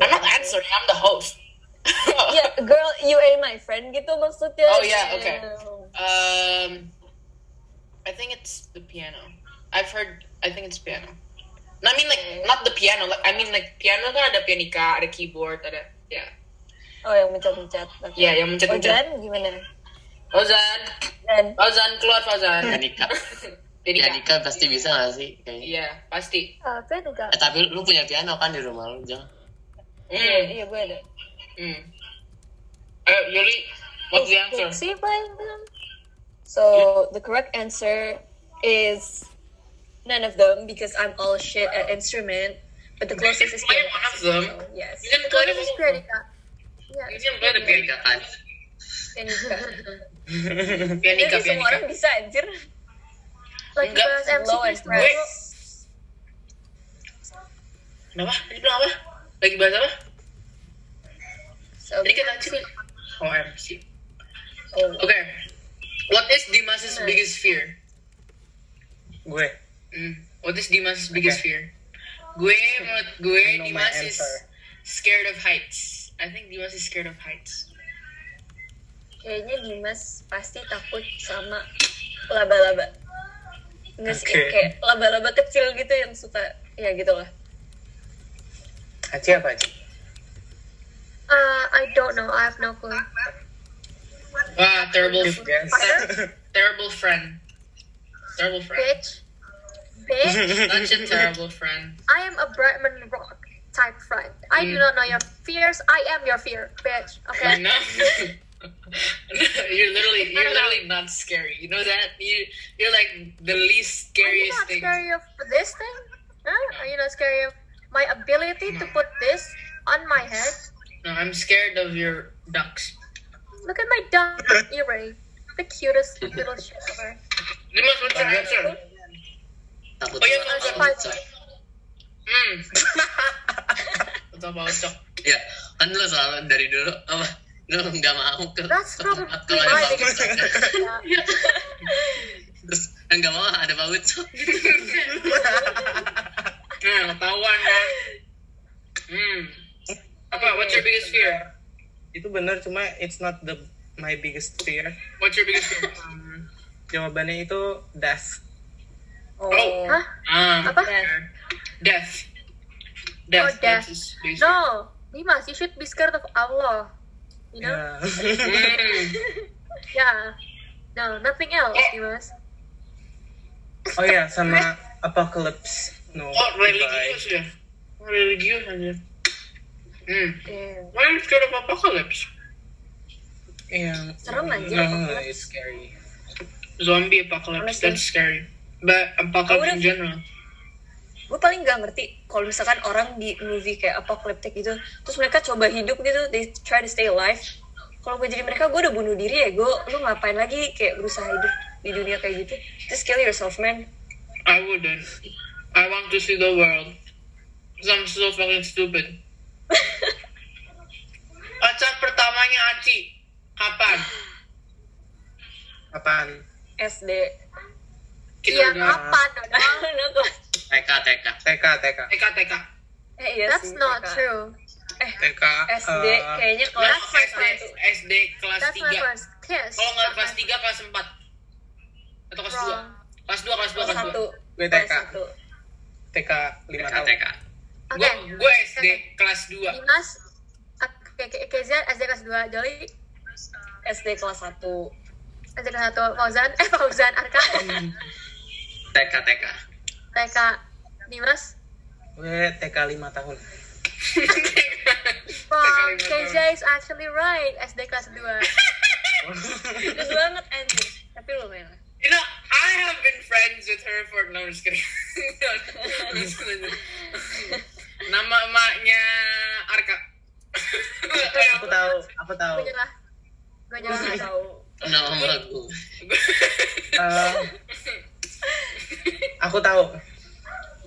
I'm not answering, I'm the host. Ya, girl, you ain't my friend gitu maksudnya. Oh, yeah, okay. Um I think it's the piano. I've heard I think it's piano. No, I mean like not the piano, like I mean like piano kan ada pianika, ada keyboard, ada ya. Oh, yang mencet-mencet. Oke. Ya, yang mencet-mencet. Ojan, gimana? Ozan, Dan Ozan keluar Ozan. Yanika. Pianika. Yanika Ya, pasti bisa gak sih? Kayaknya. Iya, pasti. Apa Nika? Eh, tapi lu punya piano kan di rumah lu, jangan. Hmm. iya gue ada. hmm. Ayo, Yuli, what's the answer? Dixie playing them? um, So the correct answer is none of them because I'm all shit at instrument. But the closest is Play piano. one of them. So, yes. You can play Kau the- sih Nika. Iya. You can play the pianika kan? Pianika. Pianika, Jadi semua orang pianika. bisa anjir. Lagi uh, Enggak, bahas MC low Chris and low. Kenapa? Tadi bilang apa? Lagi bahas apa? So, Tadi kan Aci kan? Oh, MC. oh, Oke. What is Dimas's biggest fear? Gue. Hmm. What is Dimas's biggest fear? Gue, menurut gue, I know my Dimas is answer. scared of heights. I think Dimas is scared of heights. kayaknya Dimas pasti takut sama laba-laba. Nges Oke. kayak laba-laba kecil gitu yang suka ya gitu lah. Aci apa Aci? Uh, I don't know, I have no clue. Wah, Ah, terrible, Yes, guys. terrible friend. Terrible friend. Bitch. Bitch, Such a terrible friend. I am a Bretman Rock type friend. I do Hmm. not know your fears, I am your fear, bitch. I Okay? know. you're literally, you're literally not scary. You know that? You, you're like the least Are you scariest not thing. scary of this thing? Huh? Are you not scary of my ability to put this on my head? No, I'm scared of your ducks. Look at my dumb earring. The cutest little shit ever. Dimas, what's your answer? Takut Oh, iya, sama kalau orang siapa? cok. Hmm. Untuk mau cok. Ya, kan lu selalu dari dulu apa? Lu nggak mau ke That's ke probably tempat my kalau ada Pak biggest Ucok. yeah. Terus eh, nggak mau ada Pak Ucok. Nah, ketahuan kan. Hmm. Apa? What's your biggest fear? Iya. Itu benar cuma it's not the my biggest fear. What's your biggest fear? Jawabannya itu death. Oh. Hah? Um, Apa? Death. Death. Oh, death. That's his biggest fear. No, Dimas, you should be scared of Allah. You know? Ya. Hmm. Yeah. No, nothing else, Dimas. oh ya, sama apocalypse. Oh, No. bye. religius ya? Oh, religius aja. Hmm. Why scared of apocalypse? Yeah. Serem aja, No, apocalypse. it's Iya, scary. Zombie apocalypse, that's scary. But apocalypse in general. gue paling nggak ngerti kalau misalkan orang di movie kayak apocalyptic gitu terus mereka coba hidup gitu they try to stay alive kalau gue jadi mereka gue udah bunuh diri ya gue lu ngapain lagi kayak berusaha hidup di dunia kayak gitu just kill yourself man I wouldn't. I want to see the world. 'Cause I'm so fucking stupid. Pacar pertamanya Aci. Kapan? Apaan? SD Kita Iya, udah kapan? Dodol? Anak lah. TK TK TK, TK. TK TK. eh, iya That's sih, not kakak. true. TK. SD eh, kayaknya Oh, kelas Kelas SD, satu SD kelas That's my 3. first kiss. Kalau nggak kelas 3, kelas 4. Atau kelas 2. Kelas 2, kelas 2, kelas kelas satu 2. Gue kelas TK. satu TK 5 TK tahun. TK Oke. Gue gue SD Oke. kelas 2. Dimas, oke, oke, Kezia SD kelas 2, Jolly SD kelas satu SD kelas 1, Fauzan, eh Fauzan, Arka, TK TK TK, Dimas, Gue TK 5 tahun. Wow, Kezia is actually right, SD kelas 2. terus banget anjir tapi lumayan lah. You know, I have been friends with her for no, I'm just kidding. No, I'm just kidding. Nama emaknya Arka. Iya. Aku tahu, aku tahu. Gue nyerah. Gue Gua nyerah. nggak tahu nomor gue Eh, aku tahu.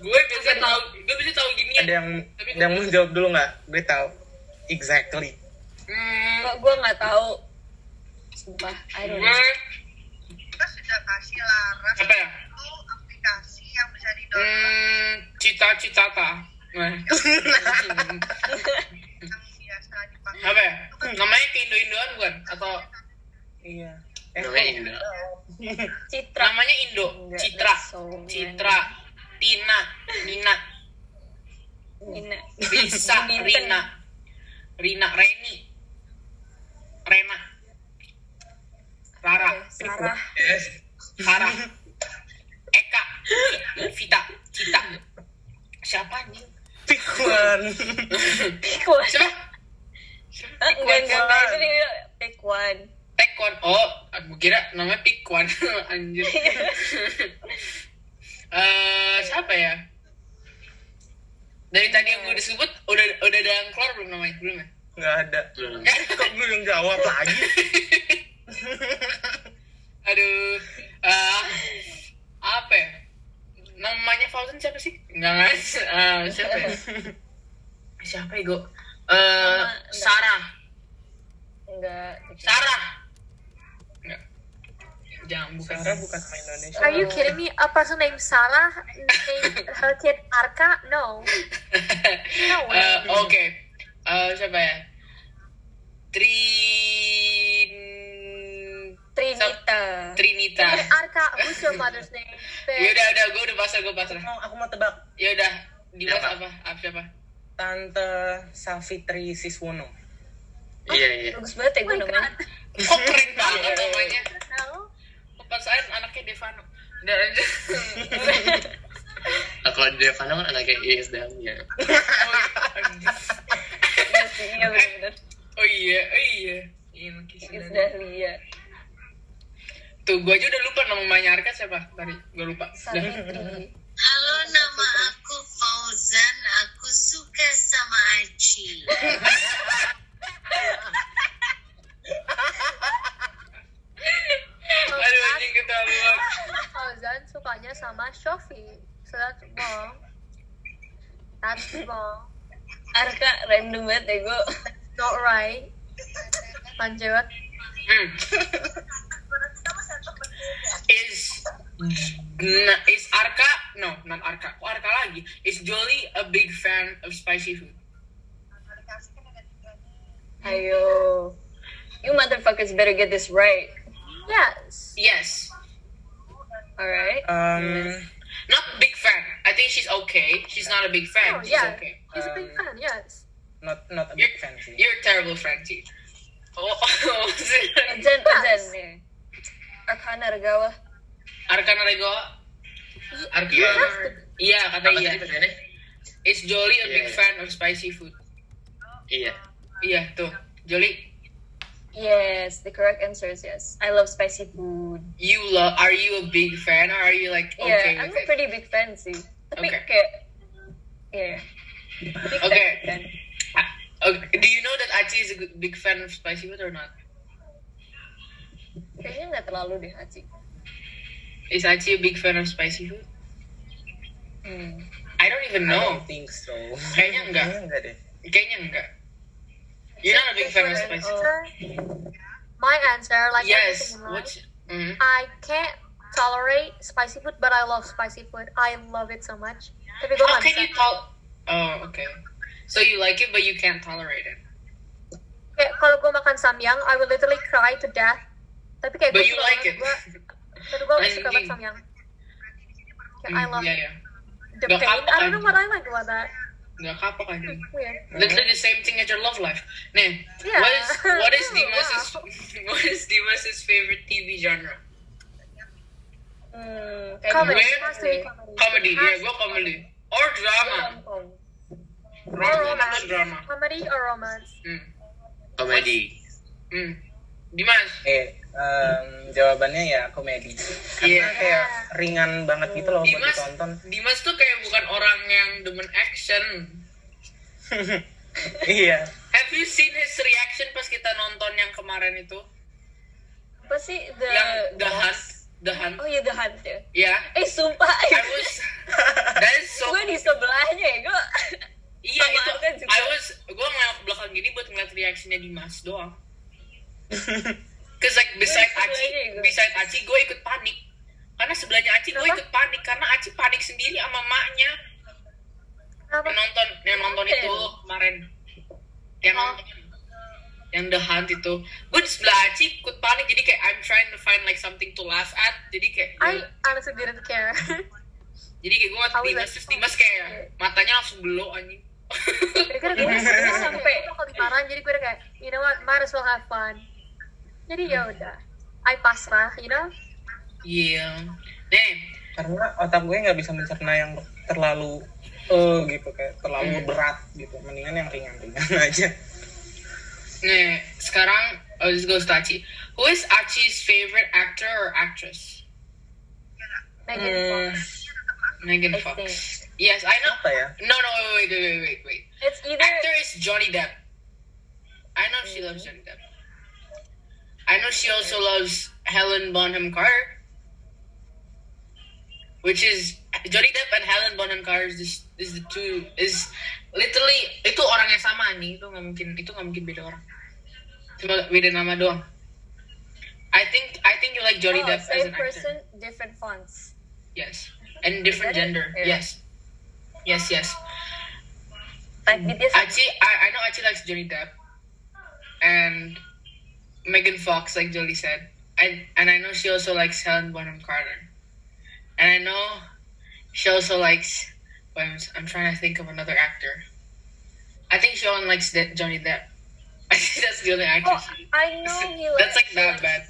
gue bisa tahu, gue bisa tahu gini ya. Ada yang ada yang mau jawab dulu nggak? Gue tahu. Exactly. Hmm, Nggak, gue nggak tahu sumpah I don't know gue kita sudah kasih laras apa ya? itu aplikasi yang bisa didownload Hmm, cita-cita ta. Nah, yang biasa dipakai apa ya? Namanya keindo-indoan bukan? Atau Iya. Eh, namanya Indra Citra namanya Indo? Enggak, Citra, that's so random. Citra, Tina, Nina, Nina Risa, Binten. Rina, Rina, Reni, Rena, Rara, Eh, Sarah Sarah, Eka, Vita, Cita. Siapa anjing? Pikuan. Pikuan Siapa? Siapa? Ah, Pikuan, enggak enggak enggak, itu dia Pikuan Pikuan. Oh, aku kira namanya Pikuan. Anjir. Eh, siapa ya? Dari tadi yang gue disebut udah udah ada yang keluar belum namanya? Belum ya? Nggak ada. Kok lu yang jawab lagi? Aduh. Eh, apa ya? Namanya Fauzan siapa sih? Enggak ngas. Eh, siapa ya? Siapa ya, Go? Eh, Nama- Sarah. enggak Sarah. Enggak. Jangan bukan Sarah bukan sama Eh. Indonesia. Are you kidding me? A person named Sarah named her kid Arka? No. No Eh, way. Oke. Eh, siapa ya? Trin... Trinita Trinita. Hey, Eh, Eh, Arka, who's your mother's name? Ya udah, udah, gue udah pasrah, gue pasrah. Mau aku mau tebak. Ya udah, Dimas Siapa? apa? Apa siapa? Tante Savitri Siswono. iya iya bagus banget ya gue Oh my namanya Kok keren banget namanya? No. Kepasain anaknya Devano. Udah aja. nah, kalau di depan kan anaknya Iis dan ya Iya sih, iya bener-bener Oh iya, oh iya. Iya, Maki Is Sundari. Dahlia Tuh, gue aja udah lupa nama mamanya Arka siapa? Tadi, gue lupa. Udah. Savitri Halo, nama aku Fauzan. Aku suka sama Aci. Aduh, anjing ketahuan. Fauzan sukanya sama Shofi. So that's wrong. That's wrong. Arka random banget ya gue Not right. Lanjut. Hmm. is na, is Arka no not Arka kok Arka lagi is Jolly a big fan of spicy food aplikasi kan ada tiga nih ayo you motherfuckers better get this right Yes. yes alright Um, not big fan I think she's okay she's not a big Oh, fan she's yeah. okay He's a big fan, yes. not not a you're big fan sih. you're a terrible friend sih oh, Ozen Ozen nih Arka Naragawa Arka Naregawa Arka Iya. iya kata apa sih iya pertanyaannya is Jolly a big Iya. fan of spicy food Iya. Iya tuh. Jolly, Yes, the correct answer is yes. I love spicy food. you love are you a big fan or are you like Yeah, okay I'm with a it? pretty big fan sih. Tapi Okay. kayak, yeah. Big fan, Okay. big fan. Okay, Do you know that Aci is a good- big fan of spicy food or not? Kayaknya nggak terlalu deh Haji. Is Aci a big fan of spicy food? Hmm. I don't even I know. don't think so. Kayaknya enggak. Kayaknya enggak deh. Kayaknya enggak. You're not a big fan of spicy Oh. food. Answer- My answer, like Yes. everything in life, What's mm, I can't tolerate spicy food, but I love spicy food. I love it so much. Tapi gue how nggak can bisa. you tol? Oh, okay. So you like it, but you can't tolerate it. Kayak kalau gue makan samyang, I will literally cry to death. Tapi kayak But gua you suka like banget, it. gua- Tapi gue suka banget Anjing. samyang. Kayak I Mm, love yeah, yeah. the Gak pain. I don't know apa-apa. what I like about that. Nggak kapok aja. Weird. Literally the same thing as your love life. Nah, Yeah. what is what is Oh, Dimas's what is Dimas's favorite TV genre? Hmm, Comedy. Where- Has to be comedy. Comedy. Has- Yeah, go comedy or drama. Or Drama atau romance. drama. Comedy or romance. Hmm. Komedi. Hmm. Dimas, Eh, em, jawabannya ya komedi. Iya. Karena kayak ringan banget gitu loh buat Dimas. ditonton. Dimas tuh kayak bukan orang yang demen action. iya. Have you seen his reaction pas kita nonton yang kemarin itu? Apa sih the yang The Hunt. The Hunt. Oh iya the hunt ya. Ya. Eh sumpah, I was... That is so... gue di sebelahnya ya, gue. Iya sama itu. aku kan juga. I was... Gue ngelak ke belakang gini buat ngeliat reaksinya Dimas doang. Cause like beside Gue di Aci, sebelahnya juga. beside Aci gue ikut panik. Karena sebelahnya Aci gue Kenapa? ikut panik. Karena Aci panik sendiri sama maknya. Kenapa? Yang nonton, yang nonton Oke. itu kemarin. Yang Oh. nonton. Yang The Hunt itu. Gue di sebelah Aci ikut panik. Jadi kayak I'm trying to find like something to laugh at. Jadi kayak... I honestly didn't care. Jadi kayak gue I was Dimas, like, "Oh, terus Dimas kayak matanya langsung belok anjing. Gara-gara gue Sampai- sampai kalau dimarahin jadi gue udah kayak you know what might as well have fun. Jadi ya Hmm. udah, I pasrah, you know. Iya. Nih, Karena otak gue nggak bisa mencerna yang terlalu eh gitu kayak terlalu Hmm. berat gitu. Mendingan yang ringan-ringan aja. nih sekarang oh, this goes to Aci. Who is Aci's favorite actor or actress? Megan Fox. Hmm, Megan I think. Fox. Yes, I know. apa ya? No, no, wait, wait, wait, wait, wait. It's either Actor is Johnny Depp. I know she loves Johnny Depp. I know she also loves Helen Bonham Carter, which is Johnny Depp and Helen Bonham Carter is, this, is the two is literally itu orang yang sama nih itu nggak mungkin itu nggak mungkin beda orang cuma beda nama doang. I think I think you like Johnny oh, Depp as same an person, actor. different fonts. Yes, and different Is that it? gender. Yeah. Yes, yes, yes. Like BTS. Aci, Hmm. I, I know Aci likes Johnny Depp and Megan Fox, like Jolie said, and and I know she also likes Helen Bonham Carter, and I know she also likes. Wait, I'm, I'm trying to think of another actor. I think she only likes De- Johnny Depp. I think that's the only actor. Oh, she- I know he that's likes. like that bad.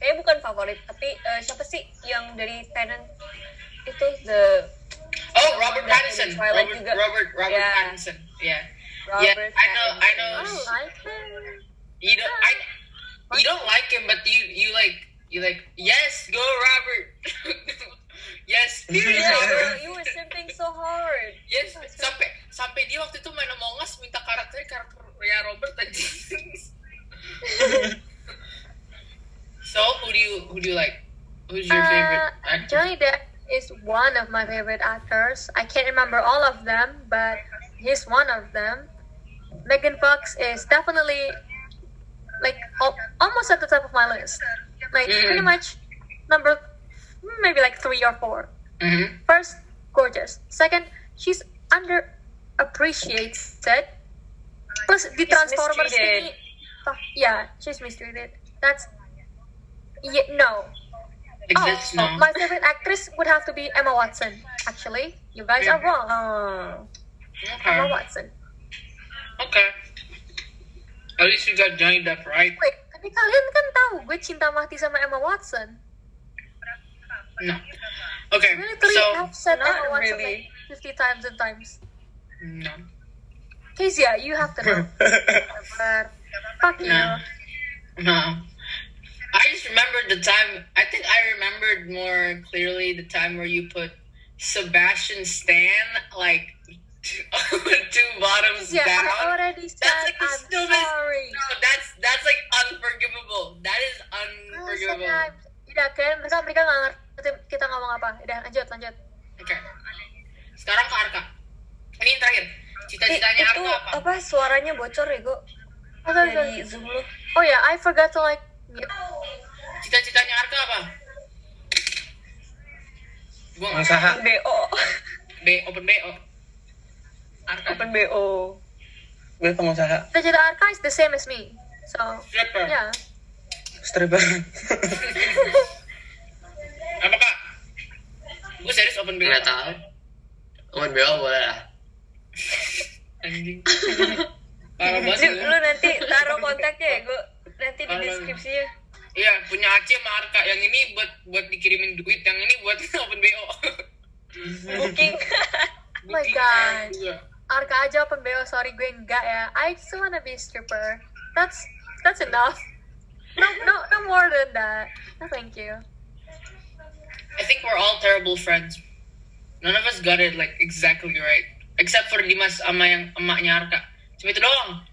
Kayaknya bukan favorit, tapi eh, siapa sih yang dari Tenant itu the Oh, Robert Someone that's in Pattinson. Twilight Robert juga. Robert Robert Yeah. Pattinson. Yeah. Robert? Oh, yeah, I know. I I know. like her. You don't. I. You don't like him, but you you like you like. Yes, go Robert. yes, period, Yeah, Iya, bro, Robert. you were simping so hard. Yes, sampai sampai dia waktu itu main Among Us minta karakternya karakter ya Robert tadi. so who do you who do you like? Who's your favorite Uh, actor? Johnny Depp is one of my favorite actors. I can't remember all of them, but he's one of them. Megan Fox is definitely like al- almost at the top of my list. Like Mm. pretty much number maybe like three or four. Mhm. First, gorgeous. Second, she's underappreciated. Plus the Transformers mistreated. thingy. Fuck, Yeah, she's mistreated. That's yeah, no. Like Oh, this, no. my favorite actress would have to be Emma Watson. Actually, you guys are wrong. Uh, Oh, Emma Okay. Watson. okay. At least you got Johnny Depp right. Wait, tapi kalian kan tahu gue cinta mati sama Emma Watson. No. Okay. Gue literally So have said Not Emma Watson really. like 50 times and times. no. Kezia, you have to know. Sabar. Fuck you. No. I just remember the time. I think I remembered more clearly the time where you put Sebastian Stan like two, two bottoms Kezia, I down. Iya, already said That's like the I'm stupidest- sorry. No, that's that's like unforgivable. That is unforgivable. Udah, udah kalian mereka mereka nggak ngerti kita ngomong apa. Udah, lanjut, lanjut. Oke. Sekarang ke Arka. Ini yang terakhir. Eh, Cita-citanya itu Arka apa? apa suaranya bocor ya gue Oh, sorry, sorry. dari zoom lu Oh ya, I forgot to like mute. Cita-citanya Arka apa? Gua nggak Usaha. bo B, open B, oh. Arka. open bo Gue pengusaha Digital Arca is the same as me. So, Stripper. yeah. stripper. Apa kak? Gue serius open B. nggak tahu Open BO boleh lah Anjing. Parah lu, banget. ya. lu lu. nanti taruh kontaknya ya gue nanti di Parah. deskripsinya Iya, punya Aceh sama Arka. Yang ini buat buat dikirimin duit, yang ini buat open BO. booking Oh my Booking God. juga. Arca aja open BO, sorry gue enggak ya. I just wanna be a stripper. That's that's enough. No no no more than that. No thank you. I think we're all terrible friends. None of us got it like exactly right. Except for Dimas sama yang emaknya Arka. Cuma itu doang.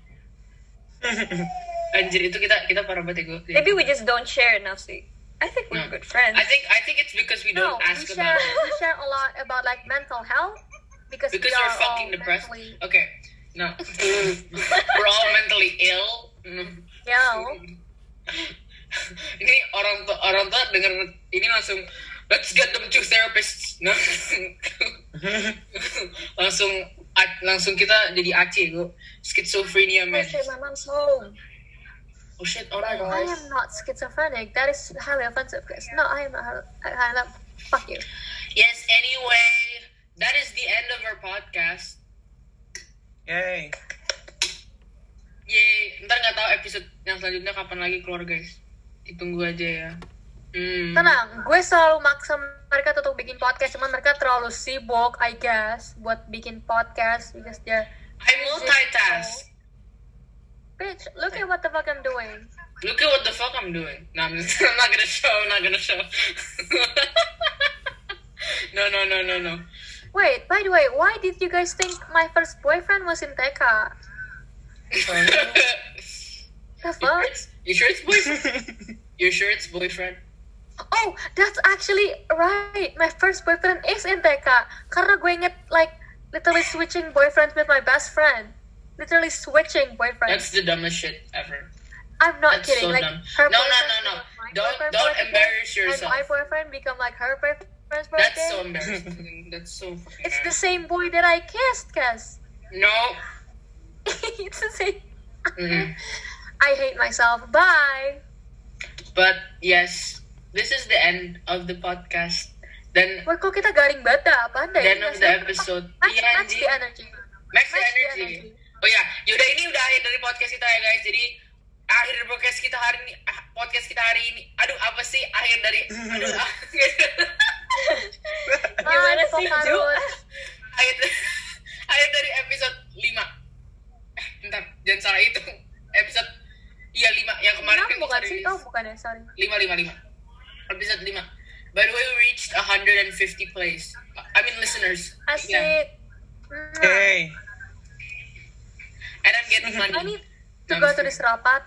Anjir itu kita kita parah banget ya gue. maybe we just don't share enough sih I think we're No. good friends Hmm. I think I think it's because we No, don't we ask share about it. we share a lot about like mental health because, Because we you're are fucking all depressed. mentally Okay. No. we're all mentally ill. Mm. ill. ini orang tua orang tua dengar ini langsung let's get them to therapists no langsung a- langsung kita jadi Aceh gue schizophrenia man my mom's home oh shit oh no I am not schizophrenic. That is highly offensive, Chris. No, I am not. I, I, I, fuck you. yes anyway that is the end of our podcast Yay. yay ntar nggak tahu episode yang selanjutnya kapan lagi keluar guys ditunggu aja ya hmm. Tenang, gue selalu maksa mereka untuk bikin podcast, cuman mereka terlalu sibuk, I guess, buat bikin podcast because they're I multitask bitch. Look at what the fuck I'm doing. Look at what the fuck I'm doing. No, I'm, just, I'm not gonna show. I'm not gonna show. no, no, no, no, no. Wait, by the way, why did you guys think my first boyfriend was in TK? The you, sure fuck? it's, you sure it's boyfriend? you sure it's boyfriend? Oh, that's actually right. My first boyfriend is in TK. Karena gue inget like literally switching boyfriends with my best friend. Literally switching boyfriends. That's the dumbest shit ever. I'm not that's kidding. so like dumb. her No, no, boyfriend no, no. became my Don't- boyfriend don't for a day, embarrass yourself. And my boyfriend become like her boyfriend's birthday. That's so embarrassing. That's so fucking. It's the same embarrassing. boy that I kissed, guys. No. it's the same. Mm. I hate myself. Bye. But yes, this is the end of the podcast. Then, Wah, kok kita garing banget dah? ya? Apaan dah? the end ini? of the episode. Match, Iya, match anjing. the energy. Max Match the Energy. energy. Oh ya, yaudah ini udah akhir dari podcast kita ya guys. Jadi akhir dari podcast kita hari ini, ah, podcast kita hari ini. Aduh apa sih akhir dari? Aduh, ah, Gimana Bye, sih, Ju? Pokarut. akhir, akhir dari episode 5 Eh, Bentar, jangan salah itu. Episode iya 5 yang kemarin Enam kan bukan kita sih? rilis. Oh, bukan ya, sorry. 5 5 5. Episode 5. By the way, we reached 150 plays. I mean listeners. Yeah. Asik. Mwah. Yay. And I'm getting I money. need to go to this rapat.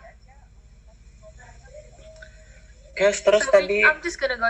Guys, terus So, tadi I'm just gonna go